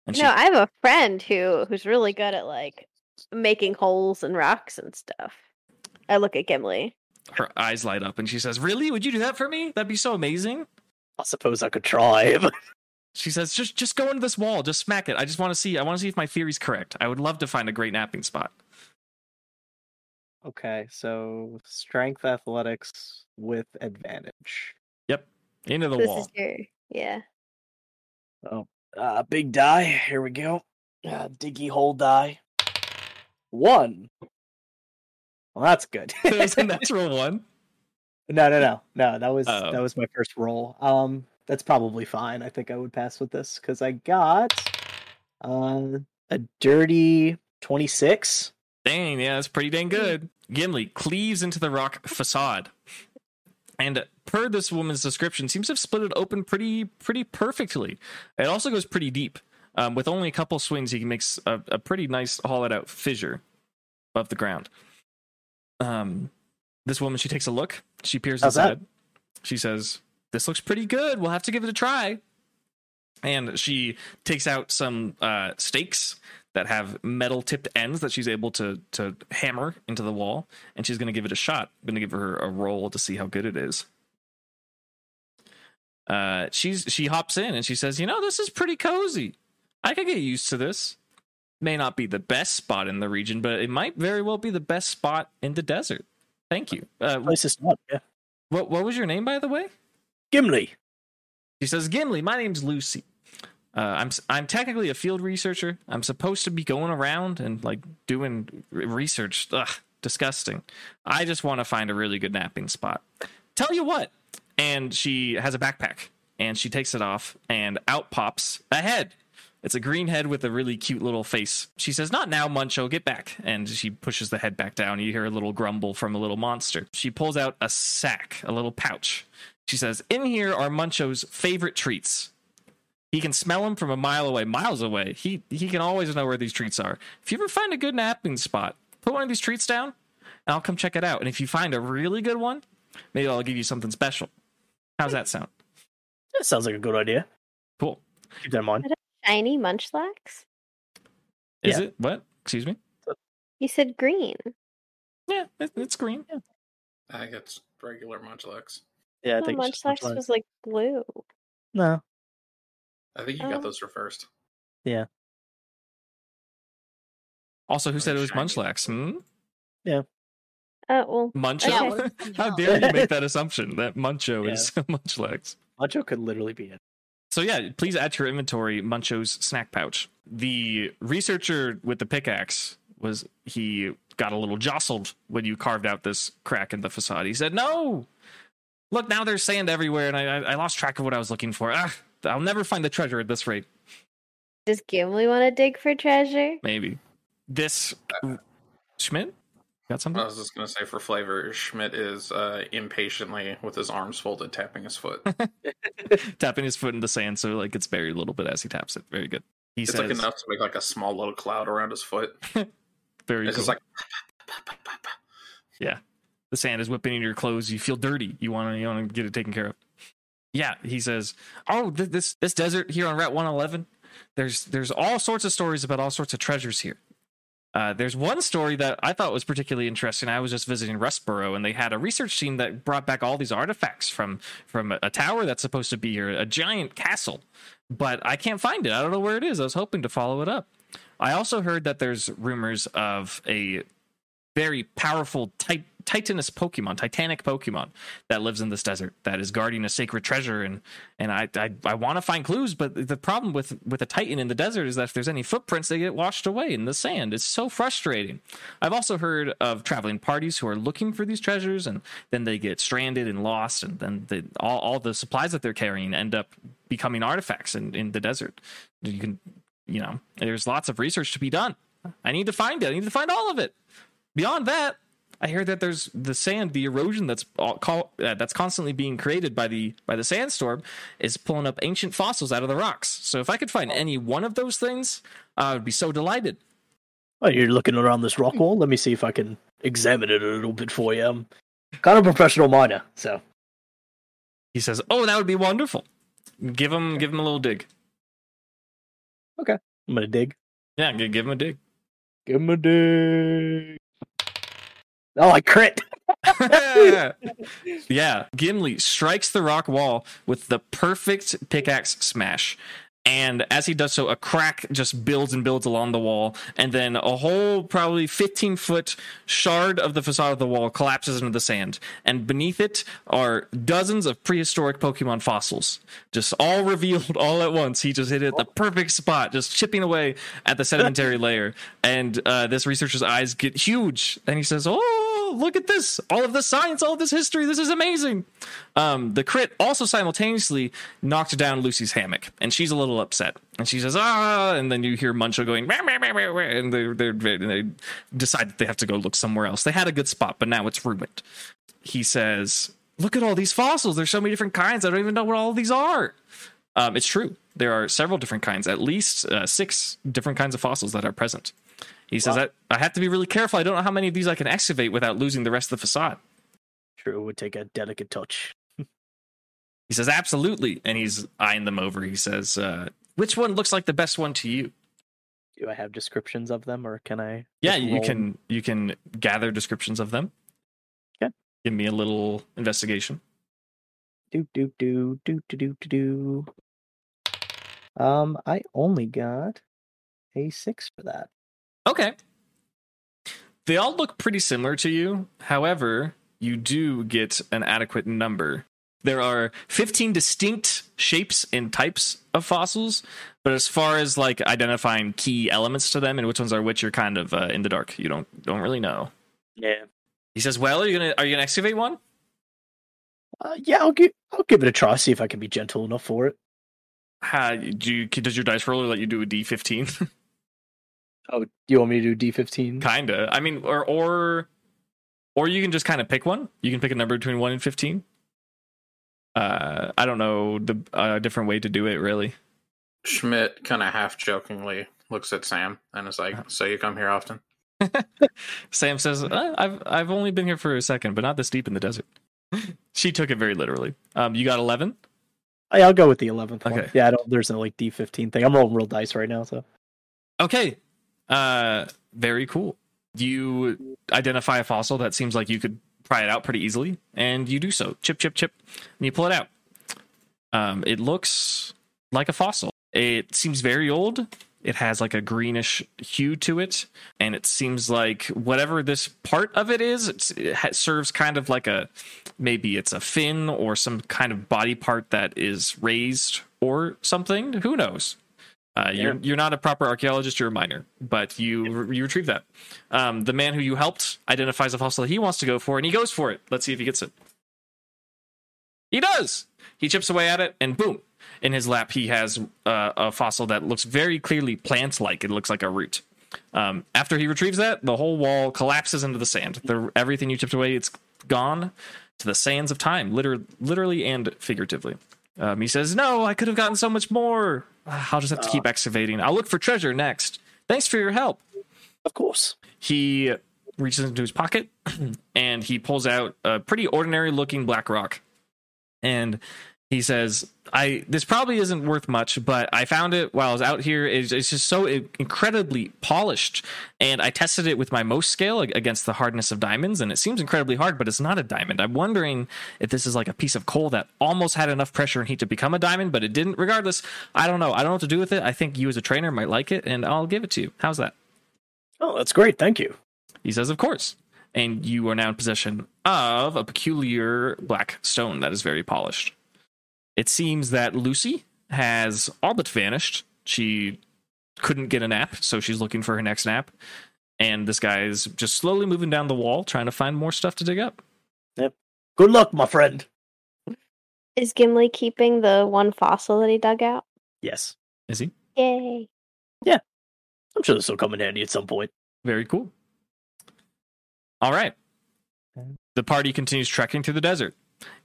[SPEAKER 1] And
[SPEAKER 3] You know, I have a friend who who's really good at like making holes and rocks and stuff. I look at Gimli.
[SPEAKER 1] her eyes light up and she says, "Really? Would you do that for me? That'd be so amazing."
[SPEAKER 2] I suppose I could try. but
[SPEAKER 1] She says, "Just just go into this wall, just smack it. I just want to see. I want to see if my theory's correct. I would love to find a great napping spot."
[SPEAKER 2] okay, so strength athletics with advantage.
[SPEAKER 1] Into the
[SPEAKER 3] this
[SPEAKER 1] wall.
[SPEAKER 3] is your yeah.
[SPEAKER 2] Oh, uh, big die. Here we go. Uh, diggy hole die. One. Well, that's good.
[SPEAKER 1] It was a natural one.
[SPEAKER 2] No, no, no, no. That was
[SPEAKER 1] Oh.
[SPEAKER 2] that was my first roll. Um, that's probably fine. I think I would pass with this because I got uh, a dirty twenty-six.
[SPEAKER 1] Dang, yeah, that's pretty dang good. Gimli cleaves into the rock facade. And per this woman's description, seems to have split it open pretty pretty perfectly. It also goes pretty deep. Um, with only a couple swings, he makes a, a pretty nice haul it out fissure above the ground. Um, this woman, she takes a look. She peers
[SPEAKER 2] How's that?
[SPEAKER 1] inside. She says, "This looks pretty good. We'll have to give it a try." And she takes out some uh, stakes that have metal tipped ends that she's able to to hammer into the wall, and she's going to give it a shot. I'm going to give her a roll to see how good it is. Uh, she's she hops in and she says, "You know, this is pretty cozy. I could get used to this. May not be the best spot in the region, but it might very well be the best spot in the desert." Thank you. Uh,
[SPEAKER 2] Place is not. Yeah.
[SPEAKER 1] what what was your name, by the way?
[SPEAKER 2] Gimli.
[SPEAKER 1] She says, "Gimli, my name's Lucy. Uh, I'm s- I'm technically a field researcher. I'm supposed to be going around and like doing r- research. Ugh, disgusting. I just want to find a really good napping spot. Tell you what." And she has a backpack and she takes it off and out pops a head. It's a green head with a really cute little face. She says, "Not now, Muncho. Get back!" And she pushes the head back down. You hear a little grumble from a little monster. She pulls out a sack, a little pouch. She says, In here are Muncho's favorite treats. He can smell them from a mile away, miles away. He he can always know where these treats are. If you ever find a good napping spot, put one of these treats down, and I'll come check it out. And if you find a really good one, maybe I'll give you something special. How's that sound?
[SPEAKER 2] That sounds like a good idea.
[SPEAKER 1] Cool.
[SPEAKER 2] Keep that in mind.
[SPEAKER 3] Shiny munchlax?
[SPEAKER 1] Is
[SPEAKER 2] Yeah.
[SPEAKER 1] it what? Excuse me.
[SPEAKER 3] You said green.
[SPEAKER 1] Yeah, it, it's green.
[SPEAKER 5] I think it's regular Munchlax.
[SPEAKER 2] Yeah, I
[SPEAKER 3] No,
[SPEAKER 2] think it's just
[SPEAKER 3] munchlax
[SPEAKER 2] munchlax.
[SPEAKER 3] was like blue.
[SPEAKER 2] no.
[SPEAKER 5] I think you
[SPEAKER 3] Oh.
[SPEAKER 5] got those reversed.
[SPEAKER 1] Also, who
[SPEAKER 5] Oh,
[SPEAKER 1] said it was
[SPEAKER 5] shiny.
[SPEAKER 1] Munchlax? Hmm?
[SPEAKER 3] Oh
[SPEAKER 1] Mm.
[SPEAKER 3] well
[SPEAKER 4] Yeah,
[SPEAKER 1] Muncho?
[SPEAKER 4] well,
[SPEAKER 1] How dare you make that assumption that Muncho is Munchlax?
[SPEAKER 2] Macho could literally be it.
[SPEAKER 1] So yeah, please add to your inventory Muncho's snack pouch. The researcher with the pickaxe was he got a little jostled when you carved out this crack in the facade. He said, "No, look now there's sand everywhere, and I I, I lost track of what I was looking for. Ah, I'll never find the treasure at this rate.
[SPEAKER 3] does Gimli wanna dig for treasure?
[SPEAKER 1] Maybe this Schmidt got something.
[SPEAKER 5] I was just gonna say for flavor, Schmidt is uh, impatiently with his arms folded, tapping his foot. Uh,
[SPEAKER 1] tapping his foot in the sand so it like gets buried a little bit as he taps it. Very good. He
[SPEAKER 5] it's
[SPEAKER 1] says,
[SPEAKER 5] like enough to make like a small little cloud around his foot.
[SPEAKER 1] "Very
[SPEAKER 5] It's
[SPEAKER 1] cool.
[SPEAKER 5] just like
[SPEAKER 1] the sand is whipping in your clothes. You feel dirty. You want to you want to get it taken care of. Yeah, he says. Oh, th- this this desert here on Route 111. There's there's all sorts of stories about all sorts of treasures here. Uh, there's one story that I thought was particularly interesting. I was just visiting Rustboro, and they had a research team that brought back all these artifacts from from a, a tower that's supposed to be here, a giant castle, but I can't find it. I don't know where it is. I was hoping to follow it up. I also heard that there's rumors of a very powerful tit- titanous pokemon titanic pokemon that lives in this desert that is guarding a sacred treasure and and i i, I want to find clues but the problem with with a titan in the desert is that if there's any footprints they get washed away in the sand it's so frustrating i've also heard of traveling parties who are looking for these treasures and then they get stranded and lost and then the, all, all the supplies that they're carrying end up becoming artifacts in, in the desert you can you know there's lots of research to be done i need to find it i need to find all of it beyond that, I hear that there's the sand, the erosion that's all, call, uh, that's constantly being created by the by the sandstorm is pulling up ancient fossils out of the rocks. So if I could find any one of those things, I would be so delighted.
[SPEAKER 2] Oh, you're looking around this rock wall. Let me see if I can examine it a little bit for you. I'm kind of a professional miner, so
[SPEAKER 1] He says, "Oh, that would be wonderful." Give him give him a little dig.
[SPEAKER 2] I'm gonna dig.
[SPEAKER 1] Yeah, g- give him a dig.
[SPEAKER 2] Give him a dig. Oh, I crit.
[SPEAKER 1] yeah, Gimli strikes the rock wall with the perfect pickaxe smash. And as he does so, a crack just builds and builds along the wall. And then a whole, probably 15 foot shard of the facade of the wall collapses into the sand. And beneath it are dozens of prehistoric Pokemon fossils, just all revealed all at once. He just hit it at the perfect spot, just chipping away at the sedimentary layer. And uh, this researcher's eyes get huge. And he says, Oh, look at this all of this science all of this history this is amazing um, the crit also simultaneously knocked down lucy's hammock and she's a little upset and she says ah and then you hear muncho going "Meow, meow, meow, meow, meow," and they're, they're, and they decide that they have to go look somewhere else they had a good spot but now it's ruined he says look at all these fossils there's so many different kinds i don't even know what all these are um, it's true there are several different kinds at least uh, six different kinds of fossils that are present he says, I, I have to be really careful. I don't know how many of these I can excavate without losing the rest of the facade.
[SPEAKER 2] Sure, it would take a delicate touch.
[SPEAKER 1] He says, Absolutely. And he's eyeing them over. He says, uh, Which one looks like the best one to you?
[SPEAKER 2] Do I have descriptions of them, or can I?
[SPEAKER 1] Yeah,
[SPEAKER 2] just
[SPEAKER 1] you
[SPEAKER 2] roll?
[SPEAKER 1] can you can gather descriptions of them.
[SPEAKER 2] Okay.
[SPEAKER 1] Give me a little investigation.
[SPEAKER 2] Do do do do do do do do. Um, I only got a six for that.
[SPEAKER 1] Okay. They all look pretty similar to you. However, you do get an adequate number. There are 15 distinct shapes and types of fossils, but as far as like identifying key elements to them and which ones are which, you're kind of uh, in the dark. You don't don't really know.
[SPEAKER 2] Yeah.
[SPEAKER 1] He says, "Well, are you gonna are you gonna excavate one?"
[SPEAKER 2] Uh, yeah, I'll give I'll give it a try. See if I can be gentle enough for it.
[SPEAKER 1] How, do you, does your dice roller let you do a D15?
[SPEAKER 2] Oh, you want me to do D fifteen?
[SPEAKER 1] kinda. I mean, or or or you can just kind of pick one. You can pick a number between one and fifteen. Uh, I don't know the uh, different way to do it. Really,
[SPEAKER 5] Schmidt kind of half jokingly looks at Sam and is
[SPEAKER 1] Uh-huh.
[SPEAKER 5] like, "So you come here often?"
[SPEAKER 1] Sam says, "Uh, "I've I've only been here for a second, but not this deep in the desert." she took it very literally. Um, you got eleven.
[SPEAKER 2] I'll go with the eleventh. One.
[SPEAKER 1] Okay.
[SPEAKER 2] Yeah, I don't. There's no like D fifteen thing. I'm rolling real dice right now, so
[SPEAKER 1] Okay. Uh, very cool. You identify a fossil that seems like you could pry it out pretty easily, and you do so. Chip, chip, chip, and you pull it out. Um, it looks like a fossil. It seems very old. It has like a greenish hue to it, and it seems like whatever this part of it is, it's, it ha- serves kind of like a maybe it's a fin or some kind of body part that is raised or something. Who knows? Uh, You're you're not a proper archaeologist. You're a miner, but you you retrieve that. Um, the man who you helped identifies a fossil he wants to go for, and he goes for it. Let's see if he gets it. He does. He chips away at it, and boom! In his lap, he has uh, a fossil that looks very clearly plant-like. It looks like a root. Um, after he retrieves that, the whole wall collapses into the sand. The, everything you chipped away, it's gone to the sands of time, liter- literally and figuratively. Um, he says, "No, I could have gotten so much more. Ah, I'll just have to keep excavating. I'll look for treasure next. Thanks for your help."
[SPEAKER 2] of course.
[SPEAKER 1] He reaches into his pocket and he pulls out a pretty ordinary-looking black rock, and he says, "I this probably isn't worth much, but I found it while I was out here. It's, it's just so i- incredibly polished, and I tested it with my most scale ag- against the hardness of diamonds, and it seems incredibly hard, but it's not a diamond. I'm wondering if this is like a piece of coal that almost had enough pressure and heat to become a diamond, but it didn't. Regardless, I don't know. I don't know what to do with it. I think you as a trainer might like it, and I'll give it to you. How's that?"
[SPEAKER 2] Oh, that's great. Thank you.
[SPEAKER 1] He says, Of course. And you are now in possession of a peculiar black stone that is very polished. It seems that Lucy has all but vanished. She couldn't get a nap, so she's looking for her next nap. And this guy is just slowly moving down the wall, trying to find more stuff to dig up.
[SPEAKER 2] Good luck, my friend.
[SPEAKER 3] Is Gimli keeping the one fossil that he dug out?
[SPEAKER 2] Yes,
[SPEAKER 1] Is he?
[SPEAKER 3] Yay.
[SPEAKER 2] I'm sure this will come in handy at some point.
[SPEAKER 1] Very cool. All right. The party continues trekking through the desert.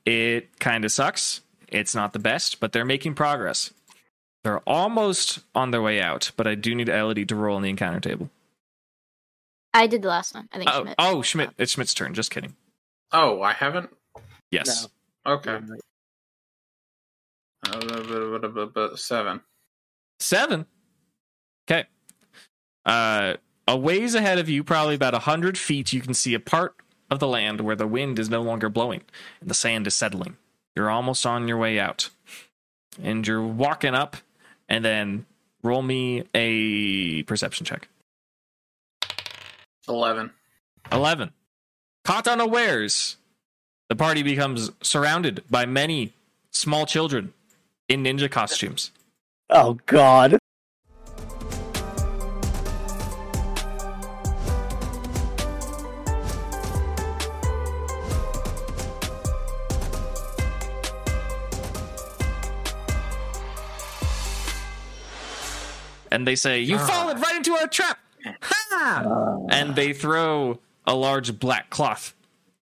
[SPEAKER 1] It kind of sucks. It's not the best, but they're making progress. They're almost on their way out, but I do need Elodie to roll on the encounter table.
[SPEAKER 4] I did the last one. I think.
[SPEAKER 1] Oh,
[SPEAKER 4] Schmidt.
[SPEAKER 1] oh, Schmidt. It's Schmidt's turn. Just kidding.
[SPEAKER 5] Oh, I haven't.
[SPEAKER 1] Yes.
[SPEAKER 5] Okay. Uh, Seven.
[SPEAKER 1] Seven. Okay. Uh, a ways ahead of you, probably about a hundred feet, you can see a part of the land where the wind is no longer blowing and the sand is settling. You're almost on your way out, and you're walking up, and then roll me a perception check.
[SPEAKER 5] Eleven.
[SPEAKER 1] 11. Caught unawares, the party becomes surrounded by many small children in ninja costumes.
[SPEAKER 2] Oh God.
[SPEAKER 1] And they say, You've
[SPEAKER 5] Ah.
[SPEAKER 1] fallen right into our trap! Ha!
[SPEAKER 2] Uh,
[SPEAKER 1] And they throw a large black cloth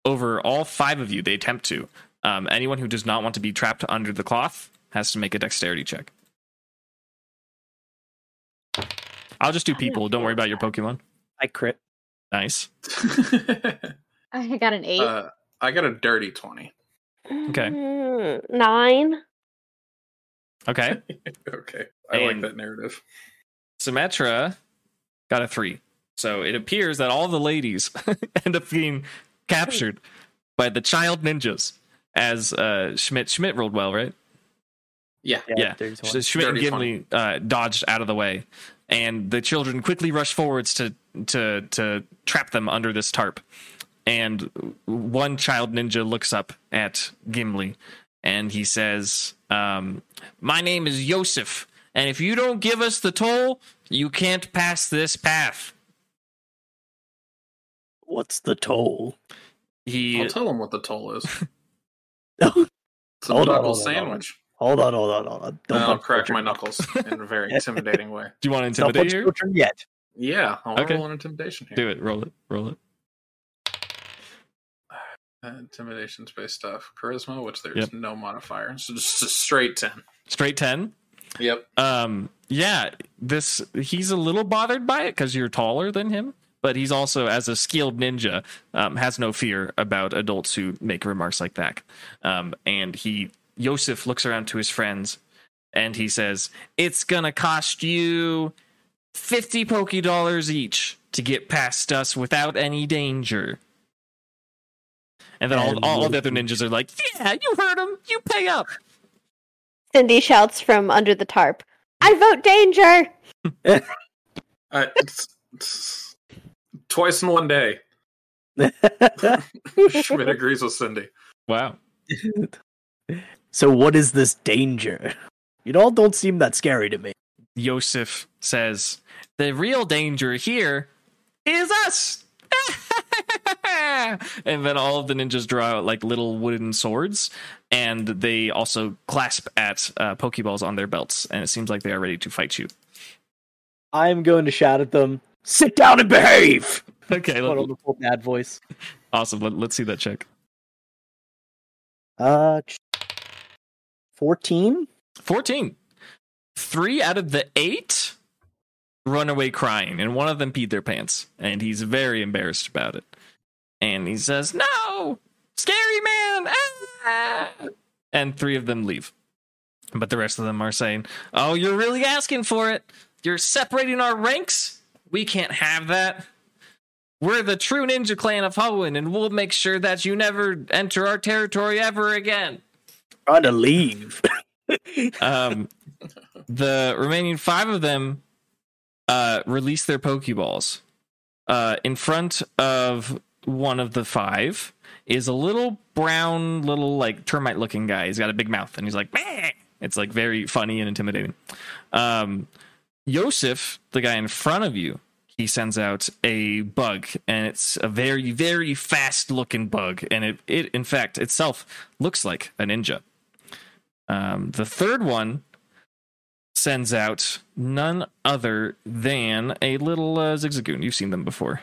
[SPEAKER 1] over all five of you. They attempt to. Um, anyone who does not want to be trapped under the cloth has to make a dexterity check. I'll just do people. Don't worry about your Pokemon.
[SPEAKER 2] I crit.
[SPEAKER 1] Nice.
[SPEAKER 4] I got an eight.
[SPEAKER 5] uh, I got a dirty twenty.
[SPEAKER 1] Okay.
[SPEAKER 3] Mm, Nine.
[SPEAKER 1] Okay.
[SPEAKER 5] Okay, I
[SPEAKER 1] And-
[SPEAKER 5] like that narrative.
[SPEAKER 1] Symmetra got a three. So it appears that all the ladies end up being captured by the child ninjas. As uh, Schmidt Schmidt rolled well, right?
[SPEAKER 5] Yeah.
[SPEAKER 1] Yeah.
[SPEAKER 2] there's
[SPEAKER 1] So Schmidt and
[SPEAKER 5] Dirty
[SPEAKER 1] Gimli uh, dodged out of the way, and the children quickly rush forwards to to to trap them under this tarp. And one child ninja looks up at Gimli, and he says, um, "My name is Yosef, and if you don't give us the toll, you can't pass this path."
[SPEAKER 2] What's the toll?
[SPEAKER 1] He
[SPEAKER 5] I'll tell them what the toll is.
[SPEAKER 2] hold
[SPEAKER 5] It's a
[SPEAKER 2] Hold on,
[SPEAKER 5] knuckle
[SPEAKER 2] hold on, hold on.
[SPEAKER 5] sandwich.
[SPEAKER 2] on, hold on, hold on.
[SPEAKER 5] And I'll
[SPEAKER 2] bump
[SPEAKER 5] crack
[SPEAKER 2] children.
[SPEAKER 5] my knuckles in a very intimidating way.
[SPEAKER 1] do you want to
[SPEAKER 2] Don't
[SPEAKER 1] intimidate
[SPEAKER 2] punch
[SPEAKER 1] her?
[SPEAKER 2] children yet.
[SPEAKER 5] Yeah, I'll
[SPEAKER 1] Okay.
[SPEAKER 5] roll an intimidation here.
[SPEAKER 1] Do it. Roll it. Roll it.
[SPEAKER 5] Uh, intimidation's based off charisma, which there's
[SPEAKER 1] Yep.
[SPEAKER 5] no modifier. So just a straight 10.
[SPEAKER 1] Straight ten.
[SPEAKER 5] Yep.
[SPEAKER 1] um yeah this he's a little bothered by it because you're taller than him but he's also as a skilled ninja um, has no fear about adults who make remarks like that um, and he Yosef looks around to his friends and he says it's gonna cost you 50 poke dollars each to get past us without any danger and then all,
[SPEAKER 2] And
[SPEAKER 1] all, all the other ninjas are like yeah you heard him you pay up
[SPEAKER 3] Cindy shouts from under the tarp. I vote danger.
[SPEAKER 5] Uh, it's, it's twice in one day, Schmidt agrees with Cindy.
[SPEAKER 1] wow
[SPEAKER 2] so what is this danger? It all don't seem that scary to me.
[SPEAKER 1] Yosef says, The real danger here is us. and then all of the ninjas draw out like little wooden swords and they also clasp at uh, Pokeballs on their belts. And it seems like they are ready to fight you.
[SPEAKER 2] I'm going to shout at them. Sit down and behave.
[SPEAKER 1] Okay,
[SPEAKER 2] Put on
[SPEAKER 1] let,
[SPEAKER 2] the full dad voice.
[SPEAKER 1] awesome. Let, let's see that check.
[SPEAKER 2] Uh, fourteen.
[SPEAKER 1] 14. Three out of the eight run away crying, and one of them peed their pants, and he's very embarrassed about it. And he says, No! Scary man! Ah!" And three of them leave. But the rest of them are saying, Oh, you're really asking for it! You're separating our ranks? We can't have that. We're the true ninja clan of Hoenn, and we'll make sure that you never enter our territory ever again
[SPEAKER 2] Trying to leave.
[SPEAKER 1] um, the remaining five of them uh, release their Pokeballs. Uh, in front of one of the five is a little brown, little like termite looking guy. He's got a big mouth and he's like, Meh! it's like very funny and intimidating. Um, Yosef, the guy in front of you, he sends out a bug and it's a very, very fast looking bug. And it, it, in fact, itself looks like a ninja. Um, the third one sends out none other than a little uh, Zigzagoon. You've seen them before.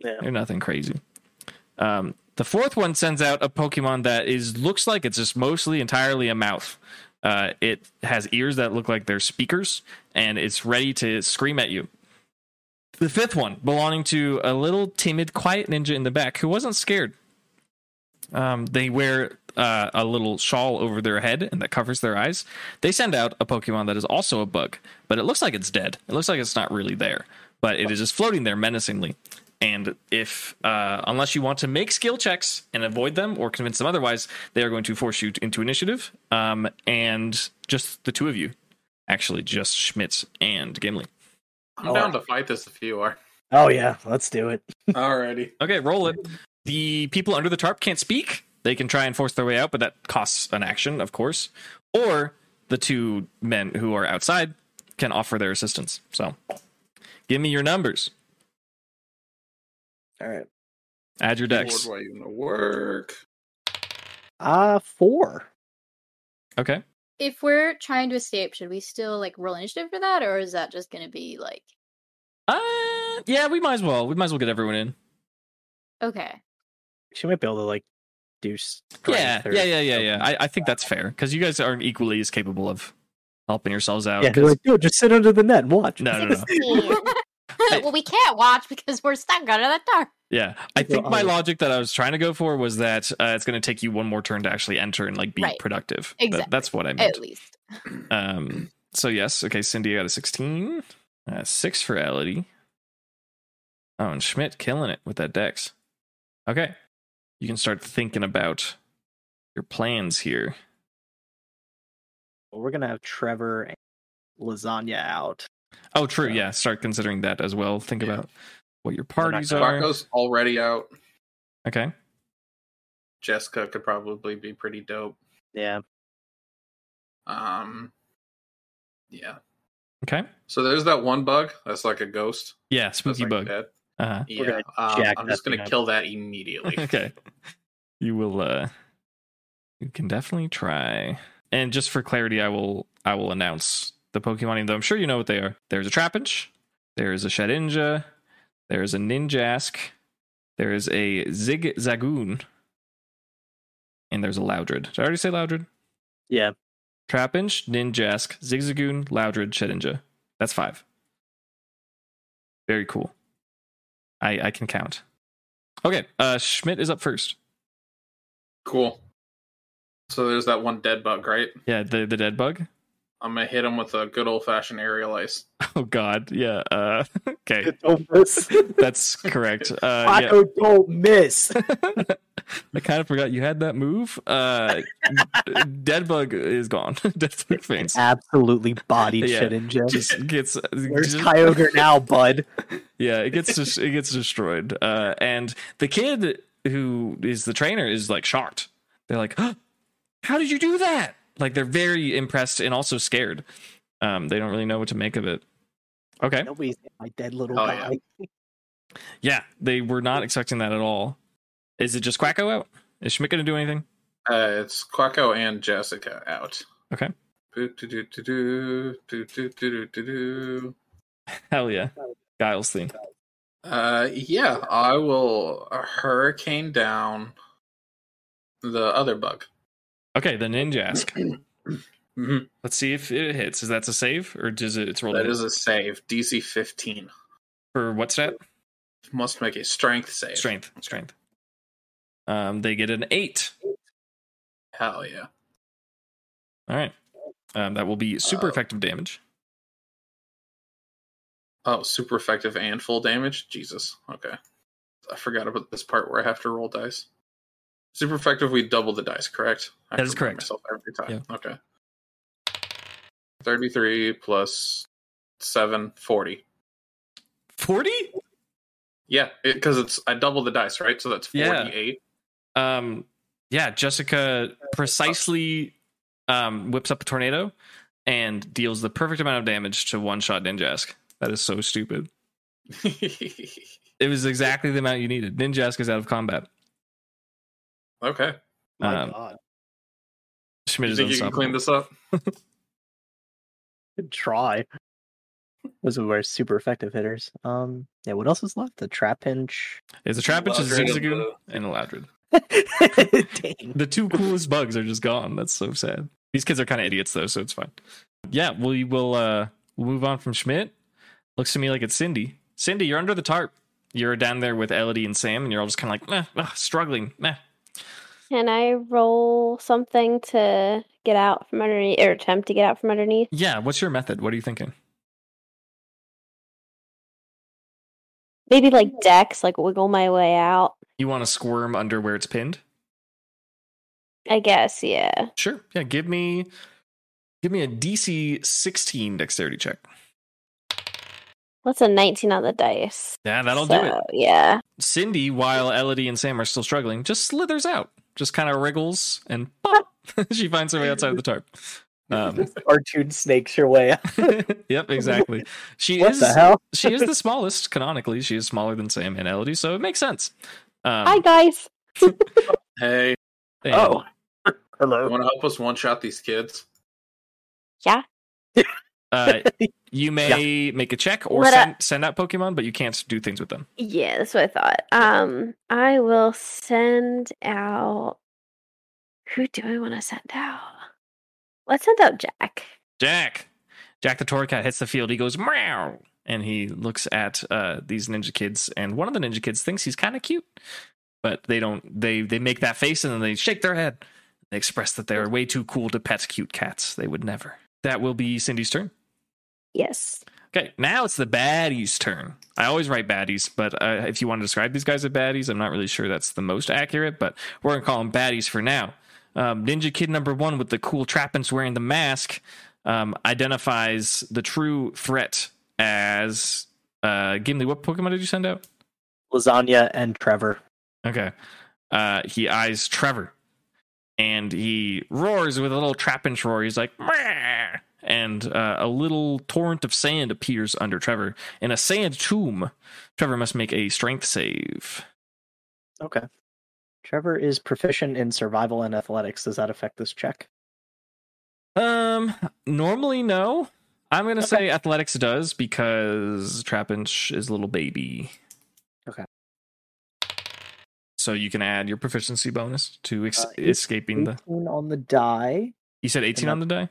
[SPEAKER 2] Yeah.
[SPEAKER 1] They're nothing crazy. Um, The fourth one sends out a Pokemon that is looks like it's just mostly entirely a mouth. Uh, it has ears that look like they're speakers, and it's ready to scream at you. The fifth one, belonging to a little timid, quiet ninja in the back who wasn't scared. Um, they wear uh, a little shawl over their head and that covers their eyes. They send out a Pokemon that is also a bug, but it looks like it's dead. It looks like it's not really there, but it is just floating there menacingly. And if, uh, unless you want to make skill checks and avoid them or convince them otherwise, they are going to force you into initiative. Um, and just the two of you, actually, just Schmitz and Gimli.
[SPEAKER 5] I'm
[SPEAKER 2] Oh.
[SPEAKER 5] down to fight this if you are.
[SPEAKER 2] Oh yeah, let's do it.
[SPEAKER 5] Alrighty.
[SPEAKER 1] Okay, roll it. The people under the tarp can't speak. They can try and force their way out, but that costs an action, of course. Or the two men who are outside can offer their assistance. So give me your numbers.
[SPEAKER 2] All right.
[SPEAKER 1] Add your decks.
[SPEAKER 5] Lord, why you gonna work?
[SPEAKER 2] Ah, four.
[SPEAKER 1] Okay.
[SPEAKER 4] If we're trying to escape, should we still like roll initiative for that, or is that just gonna be like
[SPEAKER 1] Uh, yeah, we might as well. We might as well get everyone in.
[SPEAKER 4] okay?
[SPEAKER 2] She might be able to like do. strength
[SPEAKER 1] Yeah,
[SPEAKER 2] or
[SPEAKER 1] yeah, yeah, yeah, yeah.
[SPEAKER 2] something.
[SPEAKER 1] I, I think that's fair because you guys aren't equally as capable of helping yourselves out.
[SPEAKER 2] yeah,
[SPEAKER 1] 'cause-
[SPEAKER 2] they're like, dude, just sit under the net and watch.
[SPEAKER 1] no, no, no.
[SPEAKER 4] well, we can't watch because we're stuck under that door.
[SPEAKER 1] Yeah, I
[SPEAKER 2] People
[SPEAKER 1] think my
[SPEAKER 2] are-
[SPEAKER 1] logic that I was trying to go for was that uh, it's going to take you one more turn to actually enter and like be
[SPEAKER 4] Right.
[SPEAKER 1] productive. That-
[SPEAKER 4] Exactly. Uh,
[SPEAKER 1] that's what I meant.
[SPEAKER 4] At least.
[SPEAKER 1] Um. So yes, okay. Cindy got a sixteen, uh, six for Elodie. Oh, and Schmidt killing it with that dex. Okay, you can start thinking about your plans here.
[SPEAKER 2] We're gonna have Trevor and Lasagna out.
[SPEAKER 1] Oh, true.
[SPEAKER 2] Yeah.
[SPEAKER 1] Yeah, start considering that as well. Think
[SPEAKER 5] Yeah.
[SPEAKER 1] about what your
[SPEAKER 2] We're not
[SPEAKER 1] parties
[SPEAKER 2] gonna-
[SPEAKER 1] are.
[SPEAKER 5] Rocco's already out.
[SPEAKER 1] Okay.
[SPEAKER 5] Jessica could probably be pretty dope.
[SPEAKER 2] Yeah.
[SPEAKER 5] Um, yeah.
[SPEAKER 1] Okay.
[SPEAKER 5] So there's that one bug that's like a ghost.
[SPEAKER 1] Yeah,
[SPEAKER 5] That's
[SPEAKER 1] spooky
[SPEAKER 5] like
[SPEAKER 1] bug.
[SPEAKER 5] dead.
[SPEAKER 1] Uh huh.
[SPEAKER 2] We're
[SPEAKER 5] Yeah.
[SPEAKER 2] gonna
[SPEAKER 5] Um,
[SPEAKER 2] jack
[SPEAKER 5] I'm
[SPEAKER 2] that
[SPEAKER 5] just gonna
[SPEAKER 2] thing up.
[SPEAKER 5] kill that immediately.
[SPEAKER 1] okay. You will uh you can definitely try. And just for clarity, I will I will announce the Pokemon even though I'm sure you know what they are. There's a Trapinch, there is a Shedinja, there is a Ninjask, there is a Zig Zagoon, and there's a Loudred. Did I already say Loudred?
[SPEAKER 2] Yeah.
[SPEAKER 1] Trapinch, Ninjask, Zigzagoon, Loudred, Shedinja. That's five. Very cool. I I can count. Okay, uh Schmidt is up first.
[SPEAKER 5] Cool. So there's that one dead bug, right?
[SPEAKER 1] Yeah, the the dead bug.
[SPEAKER 5] I'm gonna hit him with a good old fashioned aerial ice.
[SPEAKER 1] Oh God, yeah. Uh, okay,
[SPEAKER 2] Don't miss.
[SPEAKER 1] that's correct. Uh, yeah.
[SPEAKER 2] Rocco, don't miss.
[SPEAKER 1] I kind of forgot you had that move. Uh, dead bug is gone. dead bug faints.
[SPEAKER 2] Absolutely bodied
[SPEAKER 1] Yeah.
[SPEAKER 2] shit in jail.
[SPEAKER 1] Just gets.
[SPEAKER 2] Where's
[SPEAKER 1] just-
[SPEAKER 2] Kyogre now, bud?
[SPEAKER 1] yeah, it gets just, it gets destroyed. Uh, and the kid who is the trainer is like shocked. They're like, "Huh? "How did you do that?" Like they're very impressed and also scared. Um, they don't really know what to make of it. Okay.
[SPEAKER 2] Nobody's hit my dead little
[SPEAKER 5] Oh,
[SPEAKER 2] guy.
[SPEAKER 1] Yeah, they were not expecting that at all. Is it just Quacko out? Is Schmidt going to do anything?
[SPEAKER 5] Uh, it's Quacko and Jessica out.
[SPEAKER 1] Okay.
[SPEAKER 5] Boo-doo-doo-doo-doo, doo-doo-doo-doo-doo-doo.
[SPEAKER 1] Hell yeah. Giles thing.
[SPEAKER 5] Uh, yeah, I will hurricane down the other bug.
[SPEAKER 1] Okay, the ninja ask.
[SPEAKER 5] Mhm.
[SPEAKER 1] Let's see if it hits. Is that a save or does it? It's rolled
[SPEAKER 5] That is a save. DC 15
[SPEAKER 1] for what stat?
[SPEAKER 5] must make a strength save.
[SPEAKER 1] Strength. Strength. Um, they get an eight.
[SPEAKER 5] Hell yeah.
[SPEAKER 1] All right. Um, that will be super
[SPEAKER 5] Uh,
[SPEAKER 1] effective damage.
[SPEAKER 5] Oh, super effective and full damage? Jesus. Okay. I forgot about this part where I have to roll dice. Super effective, we double the dice, correct? I
[SPEAKER 1] That is
[SPEAKER 5] have to remind
[SPEAKER 1] correct.
[SPEAKER 5] Myself every time. Okay. 33 plus 7, 40.
[SPEAKER 1] Forty.
[SPEAKER 5] Yeah, because it's I double the dice, right? So that's
[SPEAKER 1] Yeah.
[SPEAKER 5] 48.
[SPEAKER 1] um yeah jessica precisely um whips up a tornado and deals the perfect amount of damage to one shot ninjask that is so stupid it was exactly the amount you needed ninjask is out of combat
[SPEAKER 5] okay.
[SPEAKER 2] My
[SPEAKER 1] Um,
[SPEAKER 2] God.
[SPEAKER 1] schmidt
[SPEAKER 5] You
[SPEAKER 1] is
[SPEAKER 5] think you can clean
[SPEAKER 1] unstoppable.
[SPEAKER 5] this up?
[SPEAKER 2] Good try. Those were super effective hitters. Um, yeah. What else is left? The trap pinch.
[SPEAKER 1] it's a trap which is
[SPEAKER 5] Loudred and
[SPEAKER 1] zigzagoon
[SPEAKER 5] the-
[SPEAKER 1] and a loudred
[SPEAKER 2] Dang.
[SPEAKER 1] The two coolest bugs are just gone. That's so sad. These kids are kind of idiots though, so it's fine. Yeah, we will uh we'll move on from Schmidt. Looks to me like it's Cindy. Cindy, you're under the tarp. You're down there with Elodie and Sam, and you're all just kind of like, meh, ugh, struggling, meh.
[SPEAKER 3] Can I roll something to get out from underneath or attempt to get out from underneath?
[SPEAKER 1] Yeah, what's your method? What are you thinking?
[SPEAKER 3] Maybe like Dex, like wiggle my way out.
[SPEAKER 1] You want to squirm under where it's pinned?
[SPEAKER 3] I guess, yeah.
[SPEAKER 1] Sure. Yeah, give me give me a DC 16 dexterity check.
[SPEAKER 3] What's a 19 on the dice?
[SPEAKER 1] Yeah, that'll do it.
[SPEAKER 3] So, Yeah.
[SPEAKER 1] Cindy, while Elodie and Sam are still struggling, just slithers out, just kind of wriggles and pop. she finds her way outside of the tarp. Um,
[SPEAKER 2] Cartoon snakes your way out.
[SPEAKER 1] yep, exactly. She
[SPEAKER 2] What
[SPEAKER 1] is
[SPEAKER 2] the hell?
[SPEAKER 1] she is the smallest canonically. She is smaller than Sam and Elodie, so it makes sense. Um,
[SPEAKER 3] Hi guys.
[SPEAKER 5] Hey,
[SPEAKER 1] and-
[SPEAKER 2] Oh.
[SPEAKER 5] you
[SPEAKER 2] Hello.
[SPEAKER 5] want to help us one shot these kids?
[SPEAKER 1] uh, you may make a check or
[SPEAKER 2] uh,
[SPEAKER 3] What a-
[SPEAKER 1] send, send out Pokemon, but you can't do things with them.
[SPEAKER 3] Yeah, that's what I thought. Um, I will send out. Who do I want to send out? Let's send out Jack.
[SPEAKER 1] Jack. Jack the Torcat hits the field. He goes meow, and he looks at uh, these ninja kids. And one of the ninja kids thinks he's kind of cute, but they don't. They they make that face and then they shake their head. They express that they're way too cool to pet cute cats. They would never. That will be Cindy's turn.
[SPEAKER 3] Yes.
[SPEAKER 1] Okay, now it's the baddies' turn. I always write baddies, but uh, if you want to describe these guys as baddies, I'm not really sure that's the most accurate, but we're going to call them baddies for now. Um, Ninja Kid number one with the cool trappings wearing the mask um, identifies the true threat as. Uh, Gimli, what Pokemon did you send out?
[SPEAKER 2] Lasagna and Trevor.
[SPEAKER 1] Okay. Uh, he eyes Trevor and he roars with a little trapinch roar. He's like, "Meow." and uh, a little torrent of sand appears under Trevor in a sand tomb. Trevor must make a strength save.
[SPEAKER 2] Okay. Trevor is proficient in survival and athletics. Does that affect this check?
[SPEAKER 1] Um, normally, no. I'm going to say athletics does because trapinch is a little baby.
[SPEAKER 2] Okay.
[SPEAKER 1] So you can add your proficiency bonus to ex-
[SPEAKER 2] Uh, eight-
[SPEAKER 1] escaping
[SPEAKER 2] 18
[SPEAKER 1] the.
[SPEAKER 2] on the die.
[SPEAKER 1] You said 18 on the die?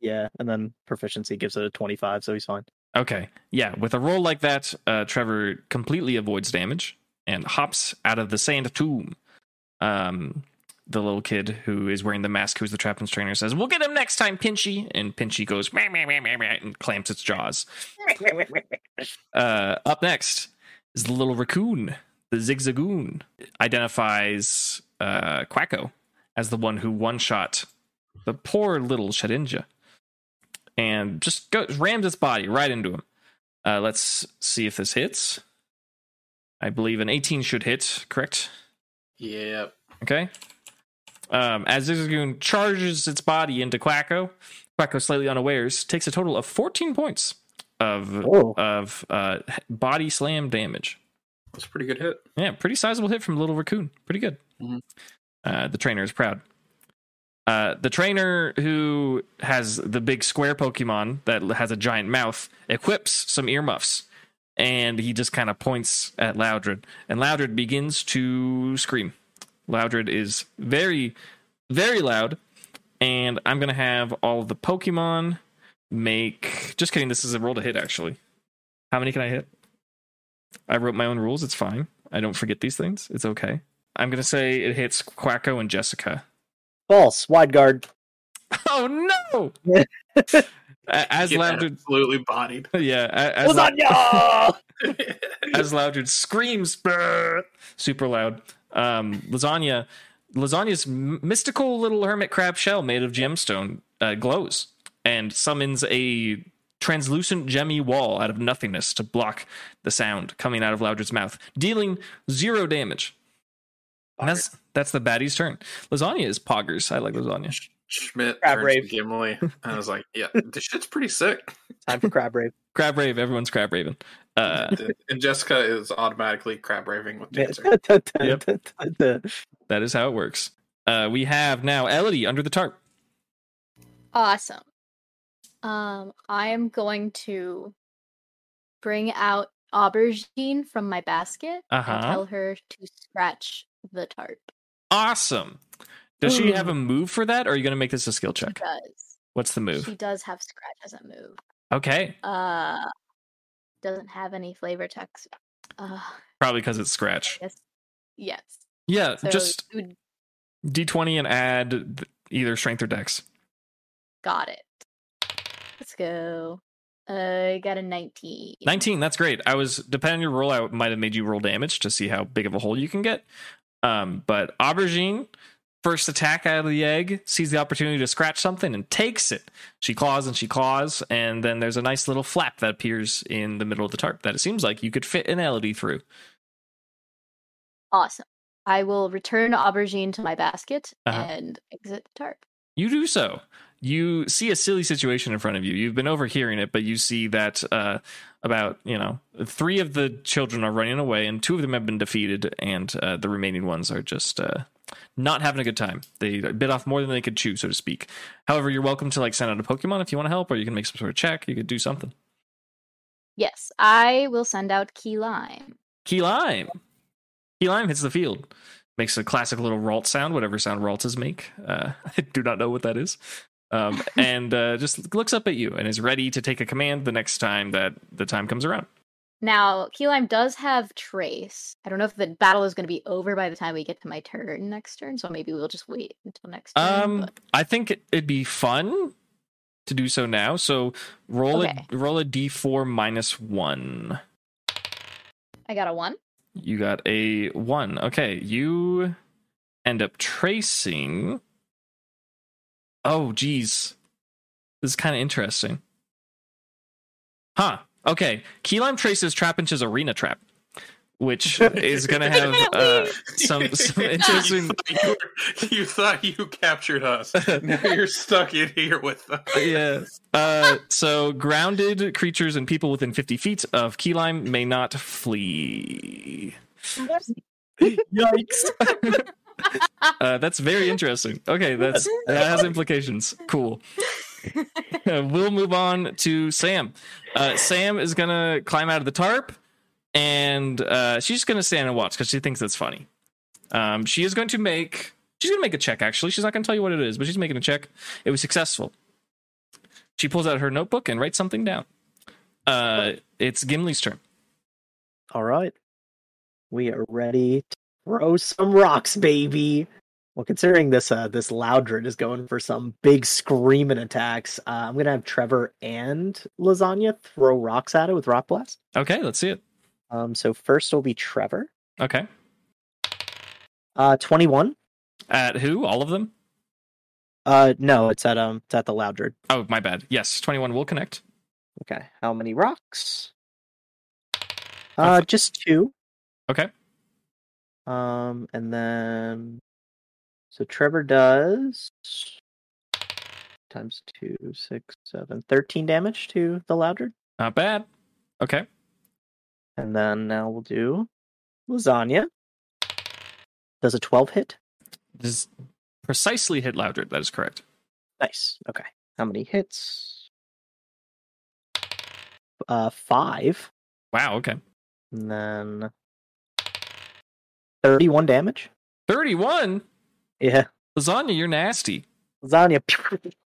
[SPEAKER 2] Yeah, and then proficiency gives it a 25, so he's fine.
[SPEAKER 1] Okay. Yeah. With a roll like that, uh, Trevor completely avoids damage and hops out of the sand tomb. Um, the little kid who is wearing the mask, who's the Trappins trainer, says, We'll get him next time, Pinchy. And Pinchy goes, meh, meh, meh, meh, meh, and clamps its jaws. Uh, up next is the little raccoon, the zigzagoon, identifies uh, Quacko as the one who one shot the poor little Shedinja and just go, rams its body right into him. Uh, let's see if this hits. I believe an 18 should hit, correct?
[SPEAKER 5] Yep.
[SPEAKER 1] Okay. Um, as Zigzagoon charges its body into Quacko, Quacko slightly unawares takes a total of 14 points of
[SPEAKER 2] Oh,
[SPEAKER 1] of uh, body slam damage.
[SPEAKER 5] That's a pretty good hit.
[SPEAKER 1] Yeah, pretty sizable hit from Little Raccoon. Pretty good.
[SPEAKER 5] Mhm.
[SPEAKER 1] Uh, the trainer is proud. Uh, the trainer who has the big square Pokemon that has a giant mouth equips some earmuffs and he just kind of points at Loudred. And Loudred begins to scream. Loudred is very, very loud. And I'm going to have all the Pokemon make. Just kidding. This is a roll to hit, actually. How many can I hit? I wrote my own rules. It's fine. I don't forget these things. It's okay. I'm gonna say it hits Quacko and Jessica.
[SPEAKER 2] false. Wide guard.
[SPEAKER 1] Oh no!
[SPEAKER 2] Yeah.
[SPEAKER 1] A- as
[SPEAKER 5] Get
[SPEAKER 1] Loudred,
[SPEAKER 5] absolutely bodied.
[SPEAKER 1] yeah, a- as, Lou-
[SPEAKER 2] Lasagna!
[SPEAKER 1] as Loudred screams "Brrr," super loud. Um, lasagna, lasagna's m- mystical little hermit crab shell made of gemstone uh, glows and summons a translucent gemmy wall out of nothingness to block the sound coming out of Loudred's mouth, dealing zero damage. And that's that's the baddie's turn. Lasagna is poggers. I like lasagna.
[SPEAKER 5] Schmidt
[SPEAKER 2] Crab
[SPEAKER 5] turns to
[SPEAKER 2] rave.
[SPEAKER 5] Gimli, and I was like, "Yeah, this shit's pretty sick."
[SPEAKER 2] Time for crab rave.
[SPEAKER 1] Crab rave. Everyone's crab raven. Uh,
[SPEAKER 5] and Jessica is automatically crab raving with dancer.
[SPEAKER 1] that is how it works. Uh, we have now Elodie under the tarp.
[SPEAKER 4] Awesome. Um, I am going to bring out aubergine from my basket
[SPEAKER 1] Uh-huh.
[SPEAKER 4] and tell her to scratch the tarp.
[SPEAKER 1] Awesome. Does she have a
[SPEAKER 4] Hmm.
[SPEAKER 1] move for that, or are you going to make this a skill
[SPEAKER 4] She
[SPEAKER 1] check?
[SPEAKER 4] does.
[SPEAKER 1] What's the move?
[SPEAKER 4] She does have scratch as a move.
[SPEAKER 1] Okay,
[SPEAKER 4] Uh, doesn't have any flavor text. Uh,
[SPEAKER 1] probably because it's scratch.
[SPEAKER 4] yes. Yes.
[SPEAKER 1] Yeah,
[SPEAKER 4] So
[SPEAKER 1] just
[SPEAKER 4] you would-
[SPEAKER 1] d20 and add th- either strength or dex.
[SPEAKER 4] got it. Let's go. Uh, got a 19.
[SPEAKER 1] 19, that's great. I was, depending on your roll, I might have made you roll damage to see how big of a hole you can get. Um, but Aubergine, first attack out of the egg, sees the opportunity to scratch something and takes it. She claws and she claws, and then there's a nice little flap that appears in the middle of the tarp that it seems like you could fit an Elodie through.
[SPEAKER 4] Awesome. I will return aubergine to my basket
[SPEAKER 1] Uh-huh.
[SPEAKER 4] and exit the tarp.
[SPEAKER 1] You do so. You see a silly situation in front of you. You've been overhearing it, but you see that uh, about you know three of the children are running away, and two of them have been defeated, and uh, the remaining ones are just uh, not having a good time. They bit off more than they could chew, so to speak. However, you're welcome to like send out a Pokemon if you want to help, or you can make some sort of check. You could do something.
[SPEAKER 4] Yes, I will send out key lime.
[SPEAKER 1] Key lime. Key lime hits the field, makes a classic little Ralt sound, whatever sound Raltas make. Uh, I do not know what that is. Um, and uh, just looks up at you and is ready to take a command the next time that the time comes around.
[SPEAKER 4] Now, key lime does have trace. I don't know if the battle is going to be over by the time we get to my turn next turn, so maybe we'll just wait until next turn.
[SPEAKER 1] Um,
[SPEAKER 4] but-
[SPEAKER 1] I think it- it'd be fun to do so now. So roll
[SPEAKER 4] Okay.
[SPEAKER 1] a roll a d4 minus one.
[SPEAKER 4] I got a one.
[SPEAKER 1] You got a one. Okay, you end up tracing. Oh, geez. This is kind of interesting. Huh. Okay. Key Lime traces Trap Inch's Arena Trap, which is going to have uh, some, some interesting.
[SPEAKER 5] You thought you, were- you thought you captured us. Now you're stuck in here with us.
[SPEAKER 1] Yeah. Uh, so, grounded creatures and people within 50 feet of Key Lime may not flee. Yikes. uh, that's very interesting. Okay, that's that has implications. Cool. Uh, we'll move on to Sam. Uh, Sam is gonna climb out of the tarp, and uh, she's just gonna stand and watch because she thinks that's funny. Um, she is going to make she's gonna make a check. Actually, she's not gonna tell you what it is, but she's making a check. It was successful. She pulls out her notebook and writes something down. Uh, it's Gimli's turn.
[SPEAKER 2] All right. We are ready to throw some rocks, baby. Well, considering this uh this Loudred is going for some big screaming attacks, uh, I'm gonna have Trevor and Lasagna throw rocks at it with Rock Blast.
[SPEAKER 1] Okay, let's see it.
[SPEAKER 2] Um, so first will be Trevor.
[SPEAKER 1] Okay,
[SPEAKER 2] Uh, 21.
[SPEAKER 1] at who? All of them?
[SPEAKER 2] Uh, no, it's at um, it's at the Loudred.
[SPEAKER 1] Oh, my bad. Yes, twenty-one will connect.
[SPEAKER 2] Okay, how many rocks? Uh, just two.
[SPEAKER 1] Okay.
[SPEAKER 2] Um, and then so Trevor does times two, six, seven, 13 damage to the Loudred.
[SPEAKER 1] Not bad. Okay.
[SPEAKER 2] And then now we'll do Lasagna. Does a 12 hit?
[SPEAKER 1] This is precisely hit Loudred. That is correct.
[SPEAKER 2] Nice. Okay. How many hits? Uh, five,
[SPEAKER 1] Wow. Okay.
[SPEAKER 2] and then thirty-one damage.
[SPEAKER 1] 31.
[SPEAKER 2] Yeah,
[SPEAKER 1] Lasagna, you're nasty.
[SPEAKER 2] Lasagna.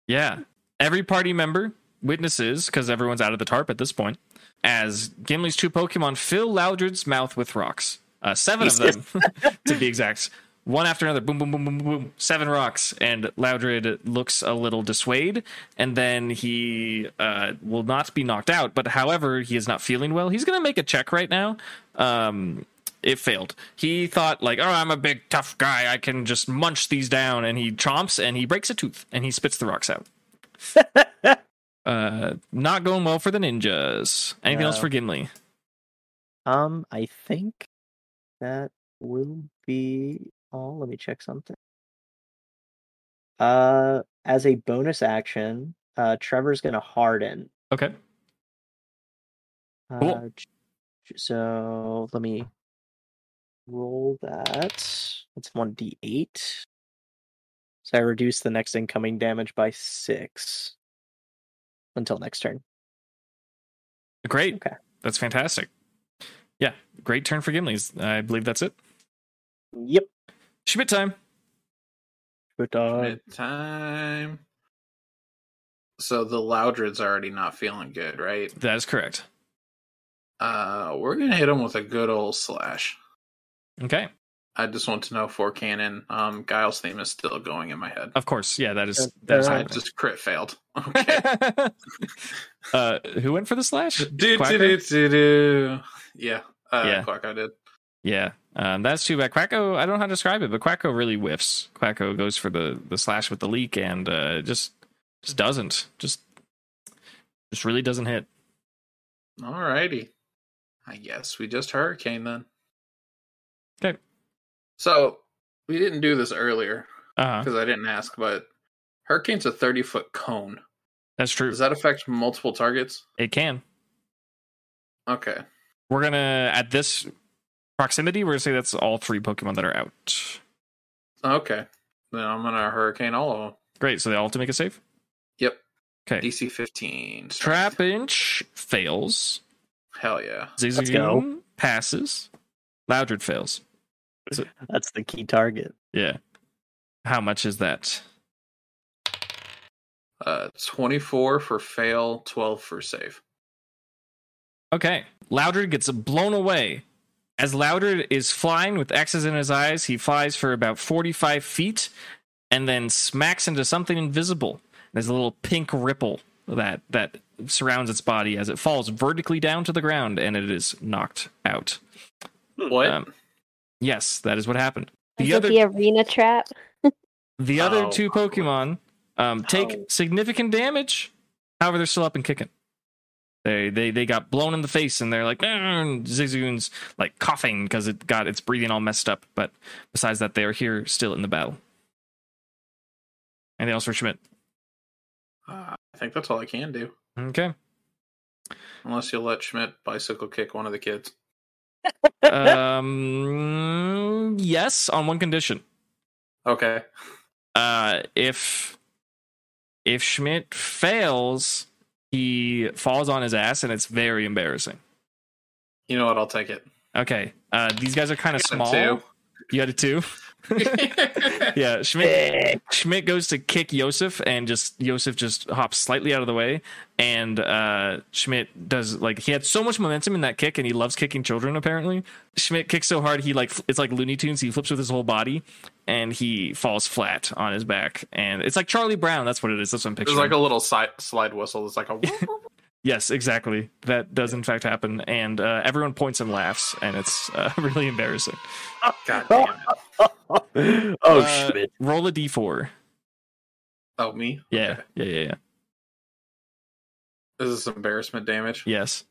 [SPEAKER 1] Yeah. Every party member witnesses, because everyone's out of the tarp at this point, as Gimli's two Pokemon fill Loudred's mouth with rocks. Uh, seven of them, to be exact. One after another. Boom, boom, boom, boom, boom, boom. Seven rocks. And Loudred looks a little dissuade, and then he uh, will not be knocked out. But however, he is not feeling well. He's going to make a check right now. Um, it failed. He thought like, "Oh, I'm a big tough guy. I can just munch these down." And he chomps and he breaks a tooth and he spits the rocks out. uh, not going well for the ninjas. Anything else
[SPEAKER 2] No.
[SPEAKER 1] for Gimli?
[SPEAKER 2] um, I think that will be all. Let me check something. Uh, as a bonus action, uh, Trevor's gonna harden.
[SPEAKER 1] Okay.
[SPEAKER 2] Uh,
[SPEAKER 1] Cool.
[SPEAKER 2] j- j- so let me roll that. It's 1d8. So I reduce the next incoming damage by 6 until next turn.
[SPEAKER 1] Great.
[SPEAKER 2] Okay.
[SPEAKER 1] That's fantastic. Yeah, great turn for Gimli's. I believe that's it.
[SPEAKER 2] Yep.
[SPEAKER 1] Schmidt time.
[SPEAKER 2] Bedtime.
[SPEAKER 5] Midtime. So the Loudred's already not feeling good, right?
[SPEAKER 1] That is correct.
[SPEAKER 5] Uh, we're gonna hit him with a good old slash.
[SPEAKER 1] Okay.
[SPEAKER 5] I just want to know for canon. Um, Guile's theme is still going in my head.
[SPEAKER 1] Of course. Yeah, that is
[SPEAKER 2] Yeah,
[SPEAKER 1] that is
[SPEAKER 2] uh,
[SPEAKER 5] I
[SPEAKER 1] happening.
[SPEAKER 5] just crit failed. Okay.
[SPEAKER 1] uh, who went for the slash?
[SPEAKER 5] do, do, do,
[SPEAKER 1] Quacko?
[SPEAKER 5] do, do. Yeah, uh,
[SPEAKER 1] Yeah.
[SPEAKER 5] Quacko did.
[SPEAKER 1] Yeah, um, that's too bad. Quacko, I don't know how to describe it, but Quacko really whiffs. Quacko goes for the the slash with the leak and uh, just just doesn't just just really doesn't hit.
[SPEAKER 5] Alrighty. I guess we just hurricane then.
[SPEAKER 1] Okay.
[SPEAKER 5] So we didn't do this earlier
[SPEAKER 2] Uh-huh.
[SPEAKER 1] Uh huh.
[SPEAKER 5] because I didn't ask, but hurricane's a thirty foot cone.
[SPEAKER 1] That's true.
[SPEAKER 5] Does that affect multiple targets?
[SPEAKER 1] It can.
[SPEAKER 5] Okay.
[SPEAKER 1] We're gonna at this proximity. We're gonna say that's all three Pokemon that are out.
[SPEAKER 5] Okay. Then I'm gonna hurricane all of them.
[SPEAKER 1] Great. So they all have to make a save.
[SPEAKER 5] Yep.
[SPEAKER 1] Okay.
[SPEAKER 5] DC fifteen. strength.
[SPEAKER 1] Trap inch fails.
[SPEAKER 5] Hell yeah.
[SPEAKER 2] Let's go.
[SPEAKER 1] Zigzagoon passes. Loudred fails.
[SPEAKER 2] That's the key target.
[SPEAKER 1] Yeah. How much is that?
[SPEAKER 5] Uh, twenty four for fail, twelve for save.
[SPEAKER 1] Okay. Loudred gets blown away. As Loudred is flying with X's in his eyes, he flies for about 45 feet and then smacks into something invisible. There's a little pink ripple that, that surrounds its body as it falls vertically down to the ground and it is knocked out.
[SPEAKER 5] What?
[SPEAKER 1] Um, Yes, that is what happened.
[SPEAKER 3] Is
[SPEAKER 1] The
[SPEAKER 3] it
[SPEAKER 1] other
[SPEAKER 3] the arena trap?
[SPEAKER 1] the other
[SPEAKER 5] Oh,
[SPEAKER 1] two
[SPEAKER 5] probably.
[SPEAKER 1] Pokemon um, take
[SPEAKER 2] Oh.
[SPEAKER 1] significant damage. However, they're still up and kicking. They they they got blown in the face, and they're like "Argh," Zigzagoon's like coughing because it got its breathing all messed up. But besides that, they are here still in the battle. Anything else for Schmidt?
[SPEAKER 5] Uh, I think that's all I can do,
[SPEAKER 1] Okay.
[SPEAKER 5] unless you let Schmidt bicycle kick one of the kids.
[SPEAKER 1] Um, yes, on one condition.
[SPEAKER 5] Okay.
[SPEAKER 1] uh, if if Schmidt fails, he falls on his ass, and it's very embarrassing.
[SPEAKER 5] You know what? I'll take it.
[SPEAKER 1] Okay, uh, these guys are kind of
[SPEAKER 5] Got a
[SPEAKER 1] small.
[SPEAKER 5] two.
[SPEAKER 1] You had a two. yeah, Schmidt Schmidt goes to kick Yosef, and just Yosef just hops slightly out of the way, and uh, Schmidt does like he had so much momentum in that kick, and he loves kicking children. Apparently, Schmidt kicks so hard he like fl- it's like Looney Tunes. He flips with his whole body, and he falls flat on his back, and it's like Charlie Brown. That's what it is. That's what I'm
[SPEAKER 5] There's
[SPEAKER 1] picturing.
[SPEAKER 5] like a little side, slide whistle. It's like a.
[SPEAKER 1] Yes, exactly. That does in fact happen, and uh, everyone points and laughs, and it's uh, really embarrassing.
[SPEAKER 5] God damn it.
[SPEAKER 2] oh,
[SPEAKER 1] Uh,
[SPEAKER 2] Schmidt.
[SPEAKER 1] Roll a d4.
[SPEAKER 5] Oh, me?
[SPEAKER 1] Yeah,
[SPEAKER 5] Okay.
[SPEAKER 1] yeah, yeah, yeah.
[SPEAKER 5] This is embarrassment damage.
[SPEAKER 1] Yes.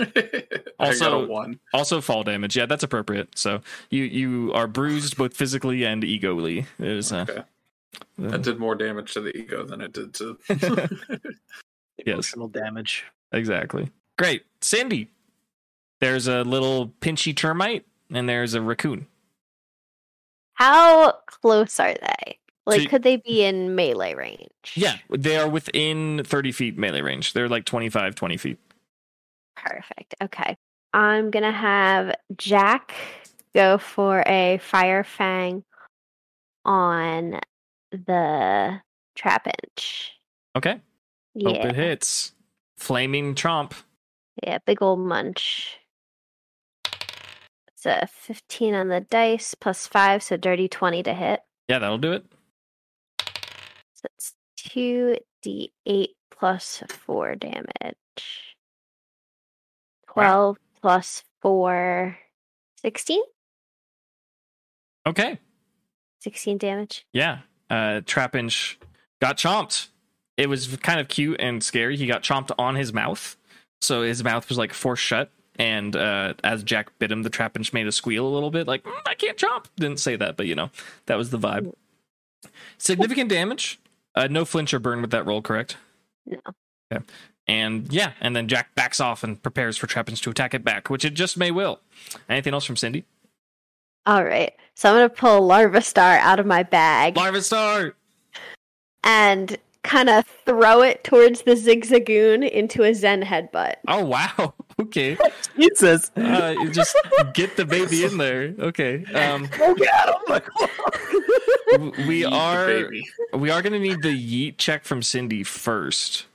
[SPEAKER 5] I got
[SPEAKER 1] Also-
[SPEAKER 5] a one.
[SPEAKER 1] Also fall damage. Yeah, that's appropriate. So you you are bruised both physically and egoly. It is. Uh,
[SPEAKER 5] Okay.
[SPEAKER 1] uh,
[SPEAKER 5] That did more damage to the ego than it did to.
[SPEAKER 1] yes,
[SPEAKER 2] Emotional damage.
[SPEAKER 1] exactly. Great, Sandy. There's a little pinchy termite, and there's a raccoon.
[SPEAKER 3] How close are they? Like,
[SPEAKER 1] you-
[SPEAKER 3] could they be in melee range?
[SPEAKER 1] Yeah, they are within 30 feet melee range. They're like 25, 20 feet.
[SPEAKER 3] Perfect. Okay. I'm going to have Jack go for a fire fang on the trap inch.
[SPEAKER 1] Okay,
[SPEAKER 3] Yeah.
[SPEAKER 1] hope it hits. Flaming chomp.
[SPEAKER 3] Yeah, big old munch. It's a 15 on the dice plus 5, so dirty 20 to hit.
[SPEAKER 1] Yeah, that'll do it.
[SPEAKER 3] So it's 2d8 plus 4 damage. 12 plus 4, 16?
[SPEAKER 1] Okay.
[SPEAKER 3] 16 damage.
[SPEAKER 1] Yeah. Uh Trapinch got chomped. It was kind of cute and scary. He got chomped on his mouth. So his mouth was like forced shut. And uh as Jack bit him, the Trapinch made a squeal a little bit, like, "Mm, I can't chomp. Didn't say that, but you know, that was the vibe. Significant damage. Uh no flinch or burn with that roll, correct?
[SPEAKER 3] No.
[SPEAKER 1] Okay. And yeah, and then Jack backs off and prepares for Trapinch to attack it back, which it just may will. Anything else from Cindy?
[SPEAKER 3] All right. So I'm going to pull Larva Star out of my bag
[SPEAKER 1] Larvistar!
[SPEAKER 3] and kind of throw it towards the Zigzagoon into a Zen headbutt.
[SPEAKER 1] Oh wow. okay.
[SPEAKER 2] Jesus.
[SPEAKER 1] Uh, you just get the baby in there. Okay. Um,
[SPEAKER 2] Go get him!
[SPEAKER 1] w- we
[SPEAKER 5] Yeet the
[SPEAKER 1] are
[SPEAKER 5] baby.
[SPEAKER 1] we are going to need the yeet check from Cindy first.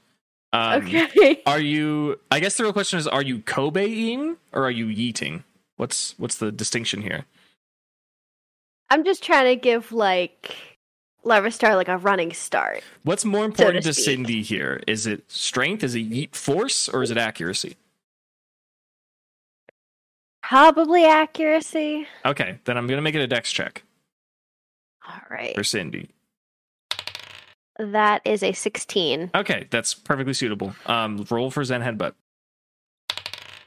[SPEAKER 1] Um,
[SPEAKER 3] okay.
[SPEAKER 1] Are you? I guess the real question is: Are you Kobe-ing or are you yeeting? What's what's the distinction here?
[SPEAKER 3] I'm just trying to give like Levistar like a running start.
[SPEAKER 1] What's more important to
[SPEAKER 3] speak.
[SPEAKER 1] Cindy here? Is it strength? Is it yeet force or is it accuracy?
[SPEAKER 3] Probably accuracy.
[SPEAKER 1] Okay, then I'm going to make it a dex check
[SPEAKER 3] All right.
[SPEAKER 1] for Cindy.
[SPEAKER 3] That is a 16.
[SPEAKER 1] Okay, that's perfectly suitable. Um, roll for Zen headbutt.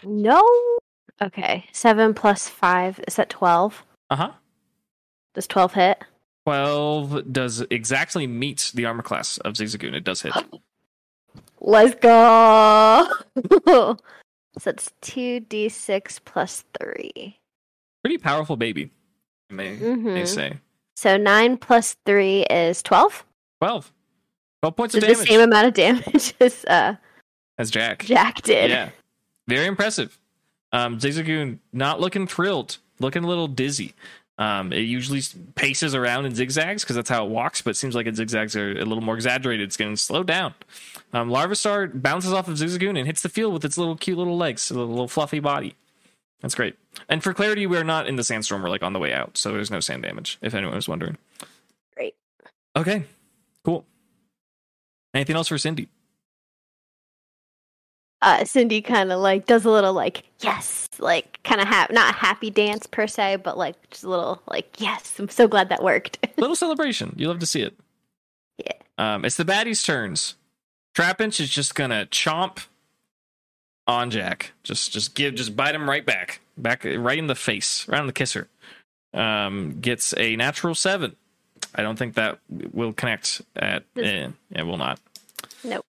[SPEAKER 3] No. Okay. 7 plus 5 is that 12?
[SPEAKER 1] Uh huh.
[SPEAKER 3] Does 12 hit?
[SPEAKER 1] 12 does exactly meet the armor class of Zigzagoon. It does hit.
[SPEAKER 3] Let's go. so it's 2d6 plus 3.
[SPEAKER 1] Pretty powerful baby, I may, may
[SPEAKER 3] Mhm.
[SPEAKER 1] say.
[SPEAKER 3] So 9 plus 3 is 12.
[SPEAKER 1] 12. 12 points
[SPEAKER 3] So
[SPEAKER 1] of
[SPEAKER 3] the
[SPEAKER 1] damage
[SPEAKER 3] same amount of damage as uh,
[SPEAKER 1] as Jack.
[SPEAKER 3] Jack did.
[SPEAKER 1] Yeah. Very impressive. Um, Zigzagoon not looking thrilled, looking a little dizzy. Um, it usually s- paces around in zigzags because that's how it walks, but it seems like its zigzags are a little more exaggerated. It's going to slow down. Um, Larvastar bounces off of Zigzagoon and hits the field with its little cute little legs, a little, little fluffy body. That's great. And for clarity, we're not in the sandstorm. We're like on the way out, so there's no sand damage, if anyone was wondering.
[SPEAKER 3] Great.
[SPEAKER 1] Okay, cool. Anything else for Cindy?
[SPEAKER 3] Uh, Cindy kind of like does a little like, yes, like kind of ha- not happy dance per se, but like just a little like, yes, I'm so glad that worked.
[SPEAKER 1] little celebration. You love to see it.
[SPEAKER 3] Yeah.
[SPEAKER 1] Um, it's the baddies' turns. Trapinch is just gonna chomp on Jack. Just just give just bite him right back. Back right in the face, right on the kisser. Um, gets a natural seven. I don't think that will connect at
[SPEAKER 3] Does-
[SPEAKER 1] eh, it will not.
[SPEAKER 3] Nope.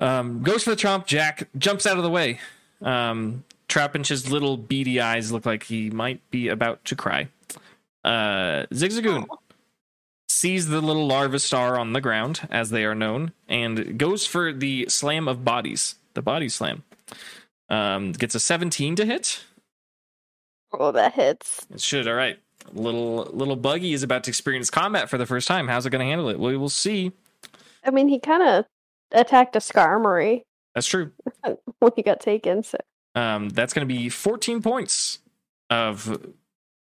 [SPEAKER 1] Um, goes for the chomp, Jack jumps out of the way. Um Trapinch's little beady eyes look like he might be about to cry. Uh Zigzagoon sees the little larva star on the ground, as they are known, and goes for the slam of bodies, the body slam. Um, gets a 17 to hit.
[SPEAKER 3] Oh, that hits.
[SPEAKER 1] It should. All right. Little little buggy is about to experience combat for the first time. How's it going to handle it? We will see.
[SPEAKER 3] I mean, he kind of attacked a Skarmory
[SPEAKER 1] That's true.
[SPEAKER 3] when he got taken, so
[SPEAKER 1] Um, that's going to be 14 points of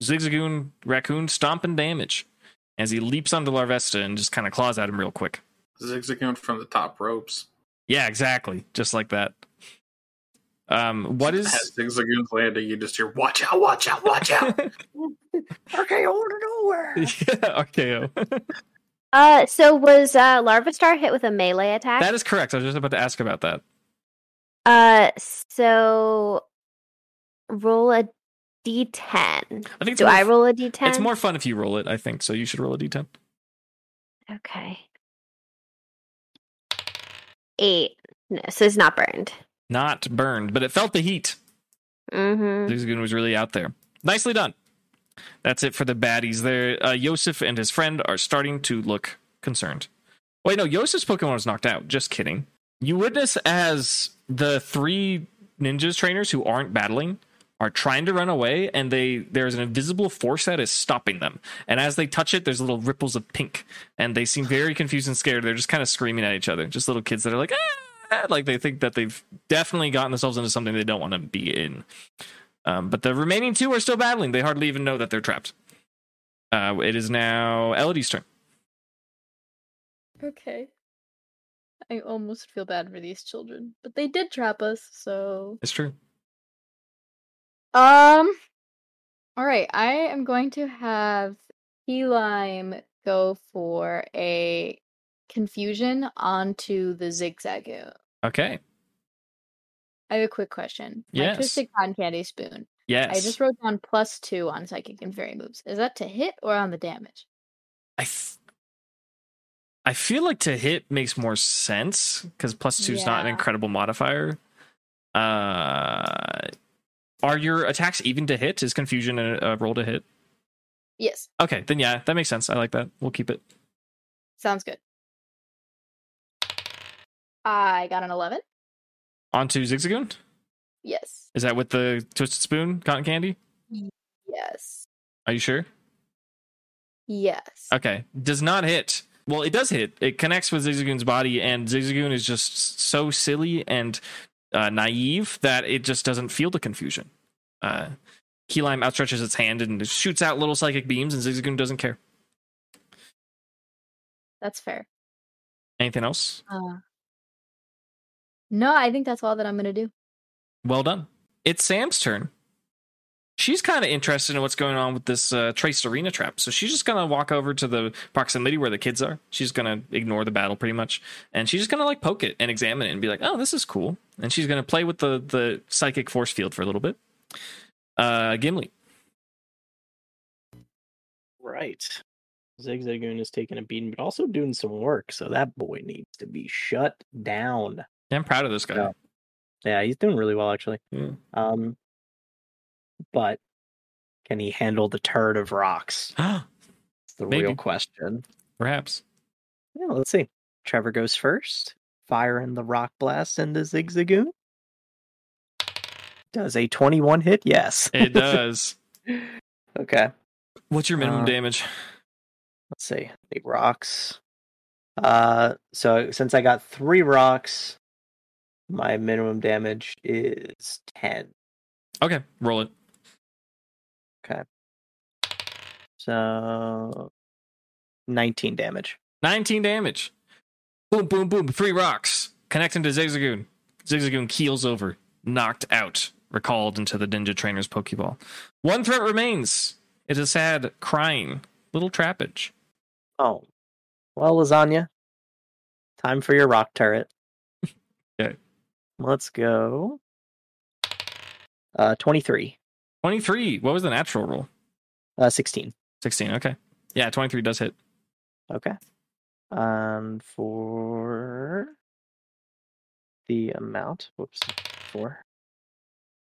[SPEAKER 1] Zigzagoon raccoon stomping damage as he leaps onto Larvesta and just kind of claws at him real quick.
[SPEAKER 5] Zigzagoon from the top ropes.
[SPEAKER 1] Yeah, exactly. Just like that. Um, what is
[SPEAKER 5] As Zigzagoon's landing, you just hear, watch out, watch out, watch out.
[SPEAKER 2] Okay, hold it over.
[SPEAKER 1] yeah, RKO.
[SPEAKER 3] Uh, so was uh, Larvistar hit with a melee attack?
[SPEAKER 1] That is correct. I was just about to ask about that.
[SPEAKER 3] uh, so roll a d10.
[SPEAKER 1] I think it's
[SPEAKER 3] Do
[SPEAKER 1] more,
[SPEAKER 3] I roll a d10?
[SPEAKER 1] It's more fun if you roll it. I think so. You should roll a d10.
[SPEAKER 3] Okay. Eight. No, so it's not burned.
[SPEAKER 1] Not burned, but it felt the heat.
[SPEAKER 3] Mm-hmm.
[SPEAKER 1] Zigzagoon was really out there. Nicely done. That's it for the baddies. There, uh, Yosef and his friend are starting to look concerned. Wait, no, Yosef's Pokemon was knocked out. Just kidding. You witness as the three ninjas trainers who aren't battling are trying to run away, and they there's an invisible force that is stopping them. And as they touch it, there's little ripples of pink, and they seem very confused and scared. They're just kind of screaming at each other, just little kids that are like, ah! like they think that they've definitely gotten themselves into something they don't want to be in. Um, but the remaining two are still battling. They hardly even know that they're trapped. Uh, it is now Elodie's turn.
[SPEAKER 4] Okay. I almost feel bad for these children, but they did trap us, so
[SPEAKER 1] It's true.
[SPEAKER 4] Um. All right, I am going to have key lime go for a confusion onto the zigzagoon.
[SPEAKER 1] Okay.
[SPEAKER 4] I have a quick question. My
[SPEAKER 1] Yes.
[SPEAKER 4] twisted cotton candy spoon.
[SPEAKER 1] Yes.
[SPEAKER 4] I just wrote down plus two on psychic and fairy moves. Is that to hit or on the damage?
[SPEAKER 1] I, f- I feel like to hit makes more sense because plus two is not an
[SPEAKER 4] Yeah.
[SPEAKER 1] incredible modifier. Uh, are your attacks even to hit? Is confusion a, a roll to hit?
[SPEAKER 4] Yes,
[SPEAKER 1] Okay, then yeah, that makes sense. I like that. We'll keep it.
[SPEAKER 4] sounds good. I got an eleven.
[SPEAKER 1] On to Zigzagoon.
[SPEAKER 4] Yes.
[SPEAKER 1] Is that with the twisted spoon cotton candy?
[SPEAKER 4] Yes.
[SPEAKER 1] Are you sure?
[SPEAKER 4] Yes.
[SPEAKER 1] Okay. Does not hit. Well, it does hit. It connects with Zigzagoon's body, and Zigzagoon is just so silly and uh, naive that it just doesn't feel the confusion. Uh, Key Lime outstretches its hand and shoots out little psychic beams, and Zigzagoon doesn't care.
[SPEAKER 4] That's fair.
[SPEAKER 1] Anything else?
[SPEAKER 4] Uh, no, I think that's all that I'm gonna do.
[SPEAKER 1] Well done. It's Sam's turn. She's kind of interested in what's going on with this uh, Trace Arena trap, so she's just gonna walk over to the proximity where the kids are. She's gonna ignore the battle pretty much, and she's just gonna like poke it and examine it and be like, "Oh, this is cool." And she's gonna play with the the psychic force field for a little bit. Uh, Gimli,
[SPEAKER 2] Right. Zigzagoon is taking a beating, but also doing some work. So that boy needs to be shut down.
[SPEAKER 1] Yeah, I'm proud of this guy.
[SPEAKER 2] Yeah. Yeah, he's doing really well actually.
[SPEAKER 1] Yeah.
[SPEAKER 2] Um, but can he handle the turd of rocks? It's the
[SPEAKER 1] Maybe.
[SPEAKER 2] real question.
[SPEAKER 1] Perhaps.
[SPEAKER 2] Yeah, let's see. Trevor goes first, firing the rock blast into Zigzagoon. Does a 21 hit? Yes.
[SPEAKER 1] It does.
[SPEAKER 2] Okay.
[SPEAKER 1] What's your minimum
[SPEAKER 2] Uh,
[SPEAKER 1] damage?
[SPEAKER 2] let's see the rocks uh so since i got three rocks my minimum damage is 10
[SPEAKER 1] Okay, roll it.
[SPEAKER 2] so 19 damage
[SPEAKER 1] 19 damage. Boom, boom, boom. Three rocks. Connecting to Zigzagoon. Zigzagoon keels over, knocked out, recalled into the ninja trainer's Pokeball. One threat remains. It is sad, crying, little trappage.
[SPEAKER 2] oh well lasagna time for your rock turret
[SPEAKER 1] Okay.
[SPEAKER 2] let's go uh 23
[SPEAKER 1] 23. What was the natural roll?
[SPEAKER 2] uh 16
[SPEAKER 1] 16. Okay. Yeah, 23 does hit.
[SPEAKER 2] okay um for the amount. Whoops, four.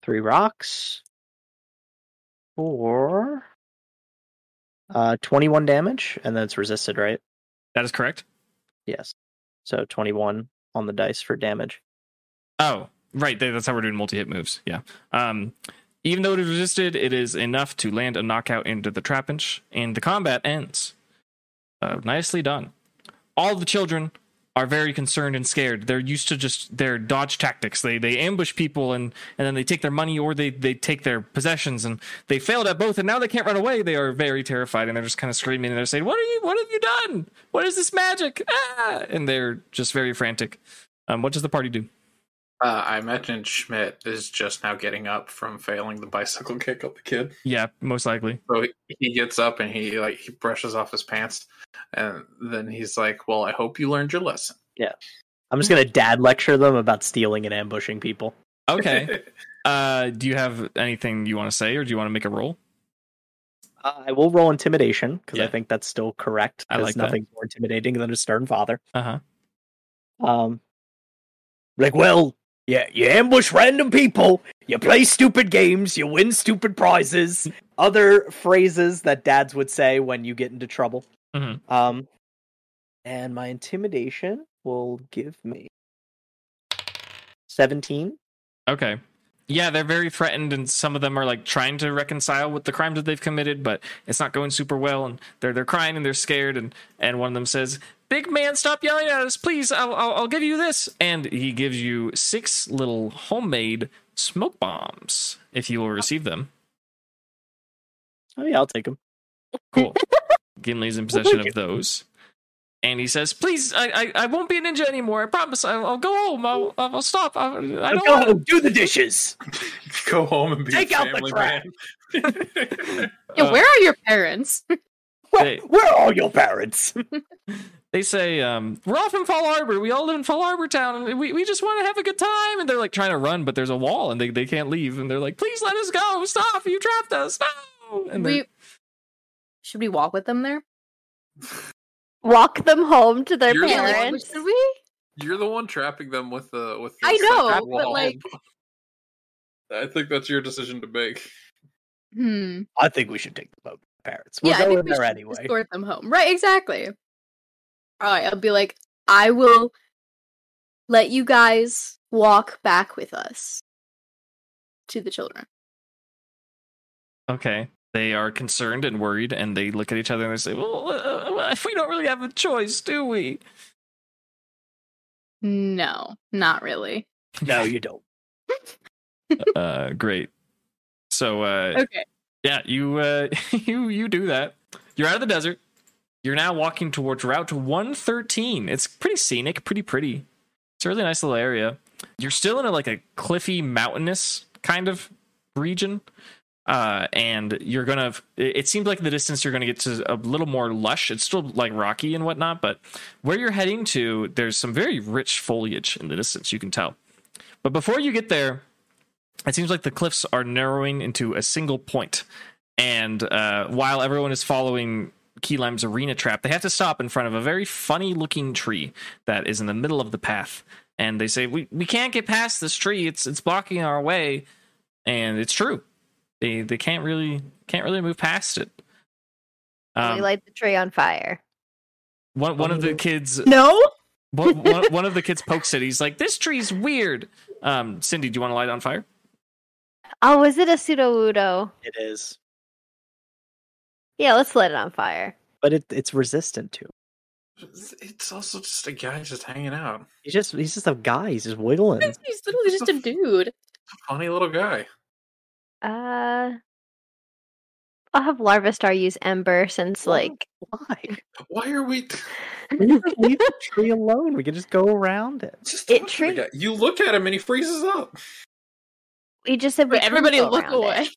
[SPEAKER 2] Three rocks. Four. Uh, 21 damage, and then it's resisted, right?
[SPEAKER 1] That is correct.
[SPEAKER 2] Yes. So 21 on the dice for damage.
[SPEAKER 1] Oh, right. that- That's how we're doing multi hit moves. Yeah. Um, even though it is resisted, it is enough to land a knockout into the trapinch, and the combat ends. Uh, nicely done. All the children are very concerned and scared. They're used to just their dodge tactics. They they ambush people and and then they take their money or they they take their possessions and they failed at both and now they can't run away. They are very terrified and they're just kind of screaming and they're saying, "What are you? What have you done? What is this magic?" Ah! And they're just very frantic. Um, what does the party do?
[SPEAKER 5] Uh, I imagine Schmidt is just now getting up from failing the bicycle kick at the kid.
[SPEAKER 1] Yeah, most likely.
[SPEAKER 5] So he- he gets up and he like he brushes off his pants, and then he's like, "Well, I hope you learned your lesson."
[SPEAKER 2] I'm just going to dad lecture them about stealing and ambushing people.
[SPEAKER 1] Okay. uh, do you have anything you want to say, or do you want to make a roll?
[SPEAKER 2] Uh, I will roll intimidation because
[SPEAKER 1] Yeah.
[SPEAKER 2] I think that's still correct.
[SPEAKER 1] I
[SPEAKER 2] 'cause
[SPEAKER 1] like that.
[SPEAKER 2] nothing's more intimidating than a stern father.
[SPEAKER 1] Uh huh.
[SPEAKER 2] Um, like, well, yeah, you ambush random people, you play stupid games, you win stupid prizes. Other phrases that dads would say when you get into trouble.
[SPEAKER 1] Mhm.
[SPEAKER 2] Um, and my intimidation will give me seventeen.
[SPEAKER 1] Okay. Yeah, they're very threatened, and some of them are like trying to reconcile with the crimes that they've committed, but it's not going super well, and they're they're crying and they're scared, and and one of them says, "Big man, stop yelling at us, please. I'll I'll, I'll give you this," and he gives you six little homemade smoke bombs if you will receive them.
[SPEAKER 2] Oh yeah, I'll take him.
[SPEAKER 1] Cool. Gimli's in possession of those. And he says, "Please, I, I, I won't be a ninja anymore. I promise. I'll, I'll go home. I'll, I'll stop. I, I don't
[SPEAKER 2] Go
[SPEAKER 1] want
[SPEAKER 2] home, do the dishes.
[SPEAKER 5] Go home and be
[SPEAKER 2] Take
[SPEAKER 5] a
[SPEAKER 2] out the
[SPEAKER 5] family
[SPEAKER 2] trash.
[SPEAKER 5] man.
[SPEAKER 4] Yeah,
[SPEAKER 1] Uh,
[SPEAKER 4] where are your parents?
[SPEAKER 1] Hey.
[SPEAKER 2] Where, where are your parents?
[SPEAKER 1] They say, um, "We're all from Fall Harbor. We all live in Fall Harbor town, and we, we just want to have a good time." And they're like trying to run, but there's a wall, and they, they can't leave. And they're like, "Please let us go. Stop. You trapped us. No." And they're-
[SPEAKER 4] we should we walk with them there?
[SPEAKER 3] Walk them home to their
[SPEAKER 5] You're the one-
[SPEAKER 3] parents.
[SPEAKER 4] Should we?
[SPEAKER 5] You're the one trapping them with the with. The
[SPEAKER 4] I know,
[SPEAKER 5] second
[SPEAKER 4] but, like-
[SPEAKER 5] I think that's your decision to make.
[SPEAKER 4] Hmm.
[SPEAKER 2] I think we should take the boat, parents. We'll
[SPEAKER 4] yeah, I
[SPEAKER 2] go
[SPEAKER 4] think
[SPEAKER 2] in
[SPEAKER 4] we
[SPEAKER 2] there
[SPEAKER 4] should
[SPEAKER 2] anyway.
[SPEAKER 4] escort them home. Right? Exactly. All right. I'll be like, I will let you guys walk back with us. to the children.
[SPEAKER 1] Okay. They are concerned and worried, and they look at each other and they say, "Well, uh, if we don't really have a choice, do we?"
[SPEAKER 4] No, not really.
[SPEAKER 2] No, you don't.
[SPEAKER 1] uh, great. So, uh,
[SPEAKER 4] Okay.
[SPEAKER 1] yeah, you uh, you you do that. You're out of the desert. You're now walking towards Route 113. It's pretty scenic, pretty pretty. It's a really nice little area. You're still in a, like a cliffy, mountainous kind of region, uh, and you're gonna. It it seems like the distance you're gonna get to a little more lush. It's still like rocky and whatnot, but where you're heading to, there's some very rich foliage in the distance. You can tell. But before you get there, it seems like the cliffs are narrowing into a single point. And uh, while everyone is following Key Lime's arena trap, they have to stop in front of a very funny looking tree that is in the middle of the path. And they say, We, we can't get past this tree. It's it's blocking our way. And it's true. They they can't really can't really move past it.
[SPEAKER 3] we
[SPEAKER 1] Um,
[SPEAKER 3] light the tree on fire.
[SPEAKER 1] one one of the kids
[SPEAKER 2] No.
[SPEAKER 1] one, one, one of the kids pokes it. He's like, "This tree's weird." Um, Cindy, do you want to light it on fire?
[SPEAKER 3] Oh, is it a pseudo udo?
[SPEAKER 2] It is,
[SPEAKER 3] Yeah, let's light it on fire.
[SPEAKER 2] but it, it's resistant to. it.
[SPEAKER 5] It's also just a guy just hanging out.
[SPEAKER 2] He's just he's just a guy. He's just wiggling.
[SPEAKER 4] He's literally just a dude.
[SPEAKER 5] Funny little guy.
[SPEAKER 3] Uh, I'll have Larvistar use Ember since,
[SPEAKER 2] Why?
[SPEAKER 3] like,
[SPEAKER 2] Why?
[SPEAKER 5] Why are we
[SPEAKER 2] Leave the tree alone. We can just go around it.
[SPEAKER 5] just
[SPEAKER 3] It
[SPEAKER 5] talk to the
[SPEAKER 3] treat-
[SPEAKER 5] guy. You look at him and he freezes up.
[SPEAKER 3] we just said we
[SPEAKER 4] But
[SPEAKER 3] couldn't
[SPEAKER 4] everybody
[SPEAKER 3] go
[SPEAKER 4] look
[SPEAKER 3] around it.
[SPEAKER 4] away.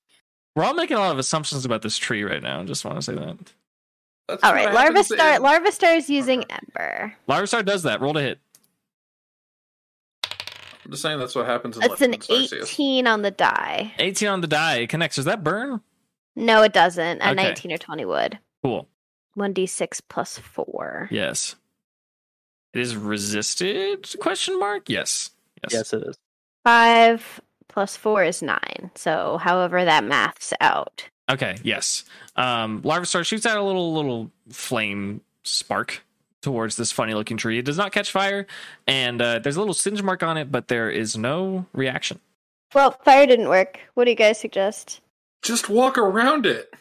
[SPEAKER 1] We're all making a lot of assumptions about this tree right now. I just want to say that.
[SPEAKER 5] That's
[SPEAKER 3] All
[SPEAKER 5] what
[SPEAKER 3] right,
[SPEAKER 5] happens
[SPEAKER 3] Larvistar.
[SPEAKER 5] in-
[SPEAKER 3] Larvistar is using Ember.
[SPEAKER 1] Larvistar does that. Roll to hit.
[SPEAKER 5] I'm just saying that's what happens in
[SPEAKER 3] That's an
[SPEAKER 5] Legends Arceus.
[SPEAKER 3] 18 on the die.
[SPEAKER 1] 18 on the die. It connects. Does that burn?
[SPEAKER 3] No, it doesn't. A
[SPEAKER 1] Okay.
[SPEAKER 3] 19 or 20 would.
[SPEAKER 1] Cool.
[SPEAKER 3] 1d6 plus 4.
[SPEAKER 1] Yes. It is resisted? Question mark. Yes. Yes.
[SPEAKER 2] Yes, it is.
[SPEAKER 3] 5 plus 4 is 9. So, however, that maths out.
[SPEAKER 1] Okay. Yes. Um, Larvistar shoots out a little little flame spark towards this funny looking tree. It does not catch fire, and uh, there's a little singe mark on it, but there is no reaction.
[SPEAKER 3] Well, fire didn't work. What do you guys suggest?
[SPEAKER 5] Just walk around it.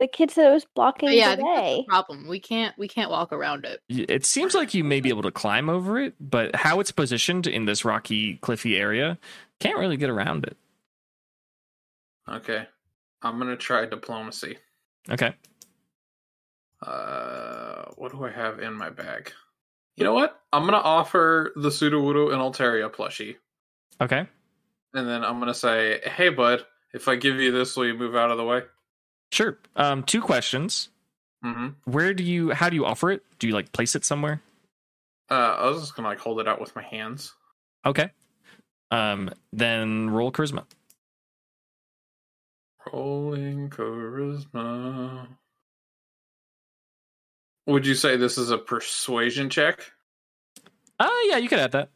[SPEAKER 3] The kid said it was blocking
[SPEAKER 4] But yeah,
[SPEAKER 3] the
[SPEAKER 4] I think that's
[SPEAKER 3] way.
[SPEAKER 4] the problem. We can't we can't walk around it.
[SPEAKER 1] Y- It seems like you may be able to climb over it, but how it's positioned in this rocky, cliffy area can't really get around it.
[SPEAKER 5] Okay. I'm gonna try diplomacy.
[SPEAKER 1] Okay.
[SPEAKER 5] Uh what do I have in my bag? You know what? I'm gonna offer the Sudowoodo and Altaria plushie.
[SPEAKER 1] Okay.
[SPEAKER 5] And then I'm gonna say, Hey bud, if I give you this, will you move out of the way?
[SPEAKER 1] Sure. Um, two questions.
[SPEAKER 5] Mm-hmm.
[SPEAKER 1] Where do you? How do you offer it? Do you like place it somewhere?
[SPEAKER 5] Uh I was just gonna like hold it out with my hands.
[SPEAKER 1] Okay. Um, then roll charisma.
[SPEAKER 5] Rolling charisma. Would you say this is a persuasion check?
[SPEAKER 1] Ah, yeah, you could add that.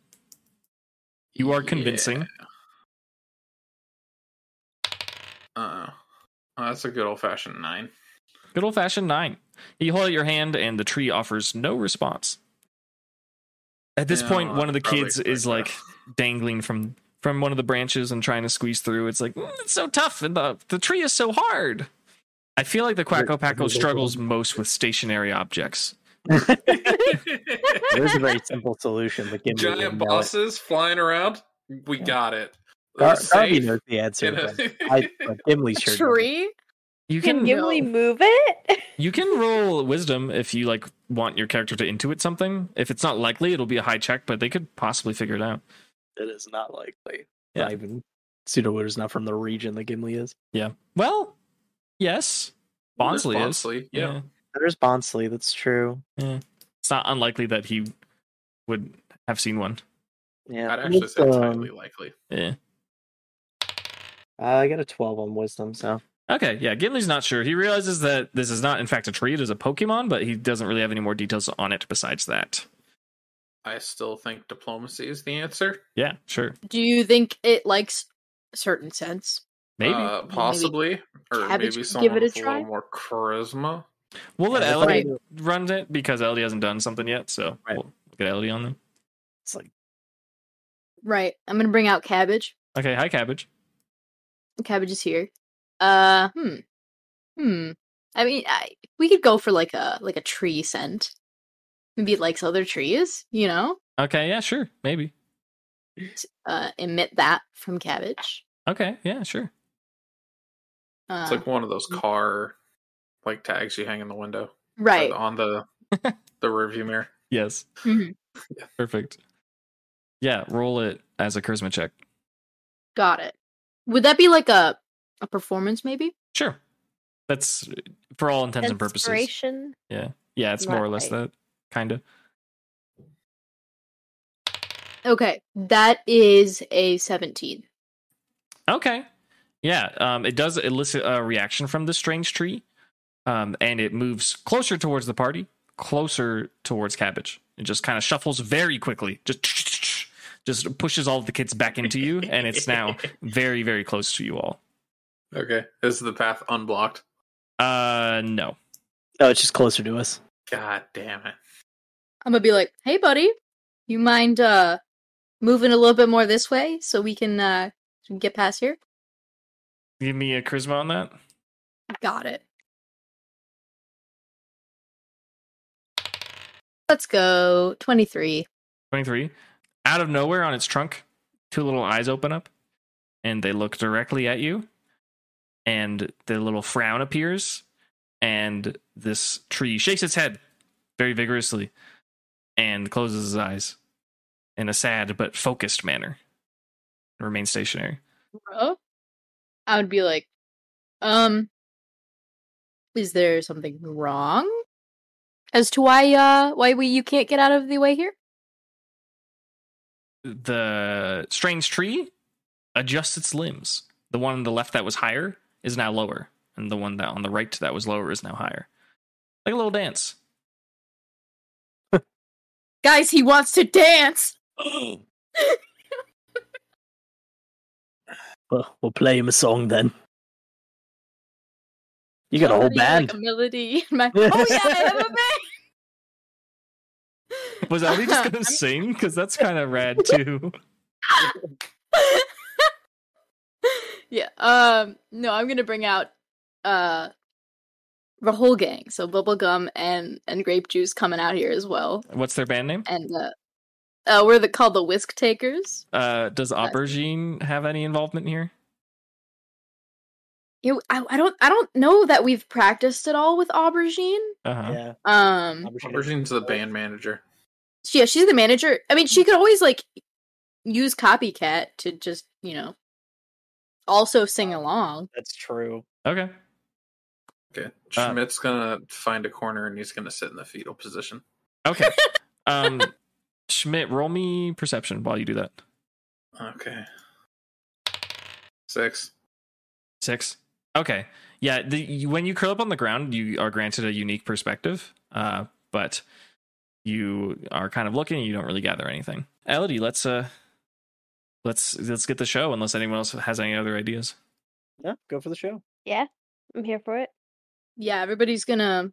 [SPEAKER 1] You are
[SPEAKER 5] Yeah.
[SPEAKER 1] convincing.
[SPEAKER 5] Uh oh. That's a good old fashioned nine.
[SPEAKER 1] Good old fashioned nine. You hold out your hand, and the tree offers no response. At this
[SPEAKER 5] Yeah,
[SPEAKER 1] point,
[SPEAKER 5] I'll
[SPEAKER 1] one of the
[SPEAKER 5] probably
[SPEAKER 1] kids is
[SPEAKER 5] expect
[SPEAKER 1] like dangling from from one of the branches and trying to squeeze through. It's like "Mm, it's so tough, and the the tree is so hard. I feel like the Quacko Paco struggles most with stationary objects.
[SPEAKER 2] There's a very simple solution. But give me
[SPEAKER 5] Giant
[SPEAKER 2] no-
[SPEAKER 5] bosses flying around. We got it.
[SPEAKER 2] Gar- Garvey
[SPEAKER 5] They're safe.
[SPEAKER 2] knows the answer. But I,
[SPEAKER 5] I,
[SPEAKER 2] but Gimli sure doesn't.
[SPEAKER 4] Tree?
[SPEAKER 1] You
[SPEAKER 3] Can
[SPEAKER 1] can
[SPEAKER 3] Gimli
[SPEAKER 4] No.
[SPEAKER 3] move it?
[SPEAKER 1] You can roll wisdom if you like want your character to intuit something. If it's not likely, it'll be a high check, but they could possibly figure it out.
[SPEAKER 2] It is not likely.
[SPEAKER 1] Yeah.
[SPEAKER 2] Not even Pseudowood is not from the region that Gimli is.
[SPEAKER 1] Well, yes, Bonsley is.
[SPEAKER 5] Yeah.
[SPEAKER 2] There's Bonsley, that's true.
[SPEAKER 1] it's not unlikely that he would have seen one.
[SPEAKER 2] Yeah.
[SPEAKER 5] I'd actually say it's
[SPEAKER 2] Um,
[SPEAKER 5] highly likely.
[SPEAKER 1] Yeah.
[SPEAKER 2] I got a 12 on wisdom, so.
[SPEAKER 1] Okay, yeah. Gimli's not sure. He realizes that this is not, in fact, a tree. It is a Pokemon, but he doesn't really have any more details on it besides that.
[SPEAKER 5] I still think diplomacy is the answer.
[SPEAKER 1] Yeah, sure,
[SPEAKER 4] Do you think it likes certain scents?
[SPEAKER 1] maybe.
[SPEAKER 5] Uh, possibly. Or
[SPEAKER 4] cabbage
[SPEAKER 5] maybe
[SPEAKER 4] could
[SPEAKER 5] someone
[SPEAKER 4] give it a
[SPEAKER 5] with a
[SPEAKER 4] try?
[SPEAKER 5] little more charisma.
[SPEAKER 1] we'll let
[SPEAKER 2] Yeah,
[SPEAKER 1] Elodie
[SPEAKER 4] right.
[SPEAKER 1] run it because Elodie hasn't done something yet, so
[SPEAKER 2] Right.
[SPEAKER 1] we'll get Elodie on them.
[SPEAKER 2] It's like,
[SPEAKER 4] Right. I'm gonna bring out cabbage.
[SPEAKER 1] Okay, hi, Cabbage.
[SPEAKER 4] Cabbage is here. Uh, hmm, hmm. I mean, I, we could go for like a like a tree scent. Maybe it likes other trees, you know.
[SPEAKER 1] Okay, yeah, sure, maybe.
[SPEAKER 4] Uh, emit that from cabbage.
[SPEAKER 1] Okay, yeah, sure.
[SPEAKER 4] Uh,
[SPEAKER 5] It's like one of those car like tags you hang in the window or
[SPEAKER 4] right.
[SPEAKER 5] on the the rearview mirror.
[SPEAKER 1] Yes.
[SPEAKER 4] Mhm.
[SPEAKER 1] Perfect. Yeah, roll it as a charisma check.
[SPEAKER 4] Got it. Would that be like a a performance? Maybe.
[SPEAKER 1] Sure. That's for all intents and purposes.
[SPEAKER 3] Inspiration.
[SPEAKER 1] Yeah, it's more or less
[SPEAKER 3] Right.
[SPEAKER 1] that kind of.
[SPEAKER 4] Okay, that is a seventeen.
[SPEAKER 1] Okay. Yeah, um, it does elicit a reaction from the strange tree, um, and it moves closer towards the party, closer towards Cabbage. It just kind of shuffles very quickly, just just pushes all of the kids back into you, and it's now very very close to you all.
[SPEAKER 5] Okay. Is the path unblocked?
[SPEAKER 1] Uh, no.
[SPEAKER 2] No, Oh, it's just closer to us.
[SPEAKER 5] God damn it.
[SPEAKER 4] I'm gonna be like, hey, buddy, you mind uh moving a little bit more this way so we can uh get past here?
[SPEAKER 1] Give me a charisma on that.
[SPEAKER 4] Got it. Let's go. 23.
[SPEAKER 1] 23 out of nowhere on its trunk two little eyes open up and they look directly at you and the little frown appears and this tree shakes its head very vigorously and closes its eyes in a sad but focused manner and remains stationary
[SPEAKER 4] Bro? I would be like, um, is there something wrong as to why uh why we you can't get out of the way here?
[SPEAKER 1] the strange tree adjusts its limbs the one on the left that was higher is now lower and the one that on the right that was lower is now higher like a little dance
[SPEAKER 4] Guys, he wants to dance.
[SPEAKER 2] Well, we'll play him a song then. You got a whole
[SPEAKER 4] Already, like,
[SPEAKER 2] band.
[SPEAKER 4] a melody in my Oh yeah, I have a band.
[SPEAKER 1] Was Ellie just
[SPEAKER 4] I'm-
[SPEAKER 1] gonna sing? Because that's kind of rad too.
[SPEAKER 4] yeah. Um. No, I'm gonna bring out uh the whole gang. So bubblegum and and grape juice coming out here as well.
[SPEAKER 1] What's their band name?
[SPEAKER 4] And uh, uh we're the called the whisk takers.
[SPEAKER 1] Uh, does Aubergine have any involvement here?
[SPEAKER 4] You know, I, I don't I don't know that we've practiced at all with aubergine.
[SPEAKER 1] Uh huh.
[SPEAKER 2] Yeah.
[SPEAKER 4] Um.
[SPEAKER 5] Aubergine's the band manager.
[SPEAKER 4] She, yeah, she's the manager. I mean, she could always like use copycat to just you know also sing along.
[SPEAKER 2] That's true.
[SPEAKER 1] Okay.
[SPEAKER 5] Okay.
[SPEAKER 1] Uh,
[SPEAKER 5] Schmidt's gonna find a corner and he's gonna sit in the fetal position.
[SPEAKER 1] Okay. Um, Schmidt, roll me perception while you do that.
[SPEAKER 5] Okay. Six.
[SPEAKER 1] Six. Okay. Yeah. The, you, when you curl up on the ground, you are granted a unique perspective. Uh, but you are kind of looking. and You don't really gather anything. Elodie, let's uh, let's let's get the show. Unless anyone else has any other ideas.
[SPEAKER 2] Yeah, go for the show.
[SPEAKER 3] I'm here for it.
[SPEAKER 4] yeah, everybody's gonna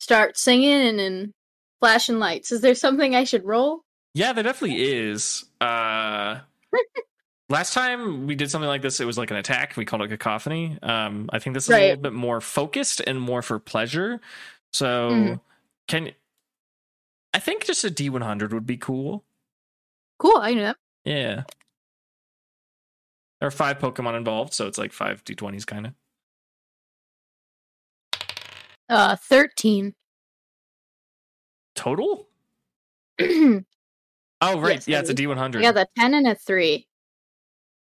[SPEAKER 4] start singing and, and flashing lights. Is there something I should roll?
[SPEAKER 1] Yeah, there definitely is. Uh last time we did something like this, it was like an attack. We called it cacophony. Um I think this is a
[SPEAKER 4] Right.
[SPEAKER 1] little bit more focused and more for pleasure. So
[SPEAKER 4] Mhm.
[SPEAKER 1] can I think just a D one hundred would be cool.
[SPEAKER 4] Cool, I knew that.
[SPEAKER 1] Yeah. There are five Pokemon involved, so it's like five D twenties kinda.
[SPEAKER 4] Uh, thirteen.
[SPEAKER 1] Total?
[SPEAKER 4] I
[SPEAKER 1] Oh right.
[SPEAKER 4] Yes,
[SPEAKER 1] yeah, it's a
[SPEAKER 4] it is.
[SPEAKER 1] D one hundred.
[SPEAKER 4] got a ten and a three.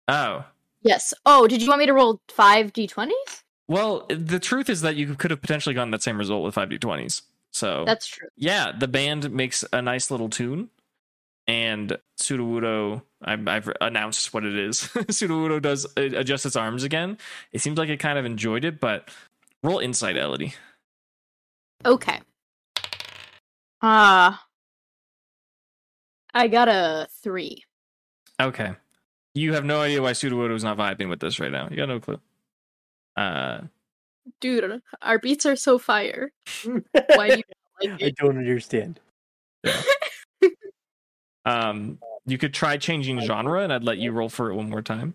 [SPEAKER 1] Oh.
[SPEAKER 4] Yes. Oh, did you want me to roll five d twenties?
[SPEAKER 1] Well, the truth is that you could have potentially gotten that same result with five D twenties. So
[SPEAKER 4] That's true.
[SPEAKER 1] yeah, the band makes a nice little tune, and Sudowoodo, I've, I've announced what it is. Sudowoodo does uh, adjust its arms again. It seems like it kind of enjoyed it, but roll insight, Elodie.
[SPEAKER 4] Okay. Uh I got a three.
[SPEAKER 1] Okay, you have no idea why Sudowoodo is not vibing with this right now. You got no clue. Uh,
[SPEAKER 4] Dude, our beats are so fire. Why do you not like
[SPEAKER 2] I
[SPEAKER 4] it?
[SPEAKER 2] don't understand.
[SPEAKER 1] um, you could try changing genre, and I'd let you roll for it one more time.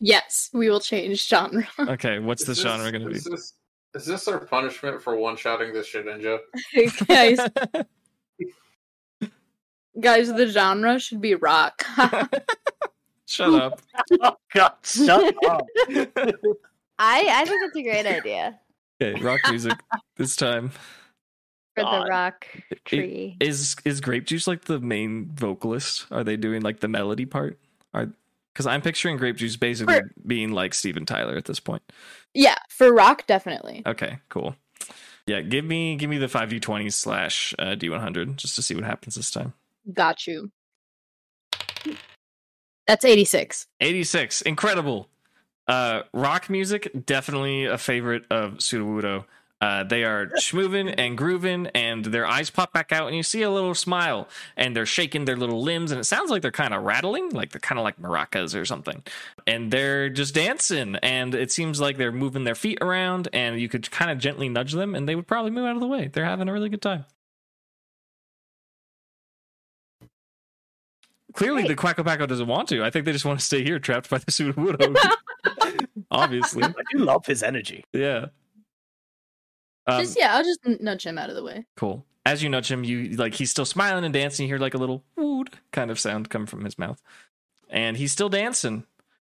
[SPEAKER 4] Yes, we will change genre.
[SPEAKER 1] Okay, what's the
[SPEAKER 5] Is this-
[SPEAKER 1] genre going to be?
[SPEAKER 5] Is this, is this our punishment for one shotting this shit ninja?
[SPEAKER 4] guys, guys, the genre should be rock.
[SPEAKER 1] Shut up.
[SPEAKER 2] Oh God, shut up!
[SPEAKER 3] I I think it's a great idea
[SPEAKER 1] Okay, rock music this time.
[SPEAKER 3] for
[SPEAKER 2] God.
[SPEAKER 3] the rock
[SPEAKER 1] It-
[SPEAKER 3] tree.
[SPEAKER 1] Is is Grape Juice like the main vocalist? Are they doing like the melody part? Are because I'm picturing Grape Juice basically
[SPEAKER 4] For-
[SPEAKER 1] being like Steven Tyler at this point.
[SPEAKER 4] yeah, for rock, definitely.
[SPEAKER 1] Okay, cool. Yeah, give me give me the five d twenty slash uh, d one hundred just to see what happens this time.
[SPEAKER 4] Got you. That's 86.
[SPEAKER 1] Eighty six, incredible. Uh, rock music definitely a favorite of Sudowoodo. Uh, they are schmoving and grooving, and their eyes pop back out, and you see a little smile, and they're shaking their little limbs, and it sounds like they're kind of rattling, like they're kind of like maracas or something. And they're just dancing, and it seems like they're moving their feet around, and you could kind of gently nudge them, and they would probably move out of the way. They're having a really good time. Clearly, the Quacko Paco doesn't want to. I think they just want to stay here, trapped by the Sudowoodo. Obviously,
[SPEAKER 2] I do love his energy.
[SPEAKER 1] yeah. Um,
[SPEAKER 4] just yeah, I'll just n- nudge him out of the way.
[SPEAKER 1] Cool. As you nudge him, you like he's still smiling and dancing. You hear like a little wood kind of sound come from his mouth, and he's still dancing.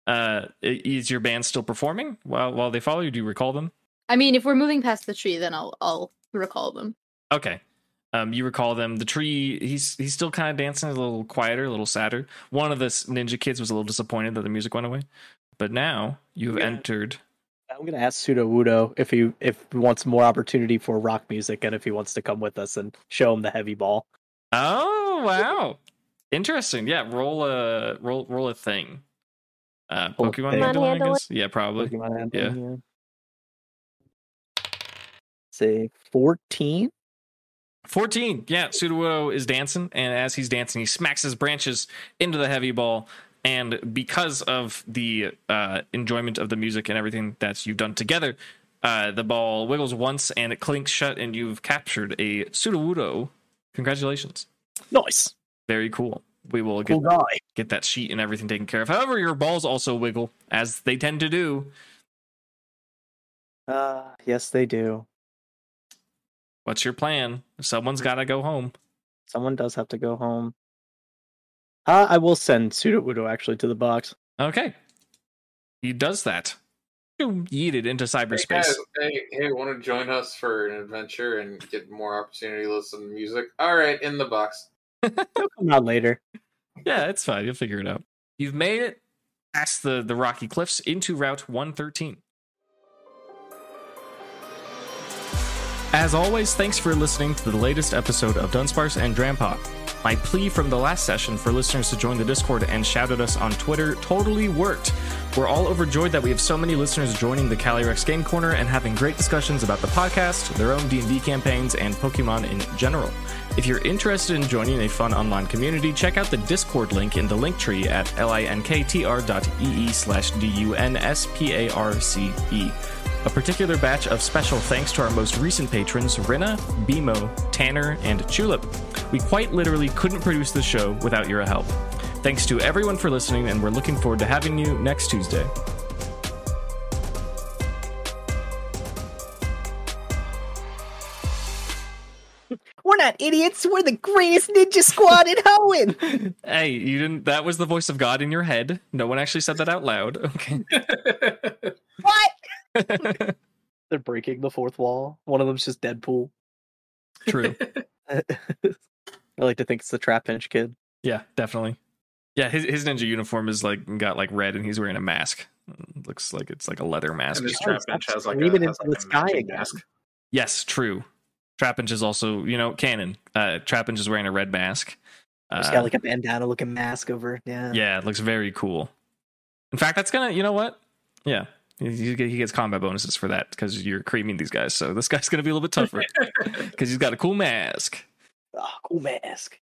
[SPEAKER 1] Uh, i- is your band still performing while while they follow you? Do you recall them?
[SPEAKER 4] I mean, if we're moving past the tree, then I'll I'll recall them.
[SPEAKER 1] Okay. Um, you recall them. The tree. He's he's still kind of dancing, a little quieter, a little sadder. One of the s- ninja kids was a little disappointed that the music went away, but now you have
[SPEAKER 2] Yeah.
[SPEAKER 1] entered.
[SPEAKER 2] I'm gonna ask Pseudo Wudo if he if he wants more opportunity for rock music and if he wants to come with us and show him the heavy ball.
[SPEAKER 1] Oh wow, interesting. Yeah, roll a roll roll a thing. Uh,
[SPEAKER 2] Roll a
[SPEAKER 1] Pokemon
[SPEAKER 2] thing.
[SPEAKER 1] handling, I
[SPEAKER 3] Handling?
[SPEAKER 1] guess? Yeah, probably.
[SPEAKER 2] Pokemon hand
[SPEAKER 1] yeah.
[SPEAKER 2] thing, Say fourteen.
[SPEAKER 1] 14. Yeah, Sudowoodo is dancing, and as he's dancing, he smacks his branches into the heavy ball. And because of the uh, enjoyment of the music and everything that you've done together, uh, the ball wiggles once and it clinks shut, and you've captured a Sudowoodo. Congratulations.
[SPEAKER 2] Nice,
[SPEAKER 1] Very cool. We will get,
[SPEAKER 2] cool guy.
[SPEAKER 1] get that sheet and everything taken care of. However, your balls also wiggle, as they tend to do.
[SPEAKER 2] Uh, yes, they do.
[SPEAKER 1] What's your plan? Someone's got to go home.
[SPEAKER 2] Someone does have to go home. Uh, I will send Pseudo Wudo actually to the box.
[SPEAKER 1] Okay. He does that. Boom, Yeeted into
[SPEAKER 5] Hey,
[SPEAKER 1] cyberspace.
[SPEAKER 5] guys, hey, hey, want to join us for an adventure and get more opportunity to listen to music? All right, in the box.
[SPEAKER 2] He'll come out later.
[SPEAKER 1] yeah, it's fine. You'll figure it out. You've made it past the, the rocky cliffs into Route 113. As always, thanks for listening to the latest episode of Dunsparce and Drampa. My plea from the last session for listeners to join the Discord and shout at us on Twitter totally worked. We're all overjoyed that we have so many listeners joining the Calyrex Game Corner and having great discussions about the podcast, their own D&D campaigns, and Pokemon in general. If you're interested in joining a fun online community, check out the Discord link in the link tree at linktr.ee E slash dunsparce. A particular batch of special thanks to our most recent patrons, Rinna, Bimo, Tanner, and Tulip. We quite literally couldn't produce the show without your help. Thanks to everyone for listening, and we're looking forward to having you next Tuesday.
[SPEAKER 2] We're not idiots. We're the greatest ninja squad in Hoenn.
[SPEAKER 1] Hey, you didn't. That was the voice of God in your head. No one actually said that out loud. Okay.
[SPEAKER 3] What?
[SPEAKER 2] They're breaking the fourth wall. One of them's just Deadpool.
[SPEAKER 1] True.
[SPEAKER 2] I like to think it's the Trap Pinch Kid.
[SPEAKER 1] Yeah, definitely. Yeah, his, his ninja uniform is like got like red, and he's wearing a mask. Looks like it's like a leather mask.
[SPEAKER 5] And this
[SPEAKER 2] just
[SPEAKER 5] trap
[SPEAKER 2] gotta
[SPEAKER 5] bench
[SPEAKER 2] stop
[SPEAKER 5] has like a,
[SPEAKER 2] screaming
[SPEAKER 5] has
[SPEAKER 2] into the
[SPEAKER 5] like a
[SPEAKER 2] sky
[SPEAKER 5] matching
[SPEAKER 2] again.
[SPEAKER 5] mask.
[SPEAKER 1] Yes, true. Trapinch is also, you know, canon. Uh Trapinch is wearing a red mask.
[SPEAKER 2] He's
[SPEAKER 1] Uh,
[SPEAKER 2] got like a bandana looking mask over. it. Yeah.
[SPEAKER 1] yeah, it looks very cool. In fact, that's gonna, you know what? Yeah, he, he get- he gets combat bonuses for that because you're creaming these guys. So this guy's gonna be a little bit tougher because he's got a cool mask.
[SPEAKER 2] Ah, cool mask.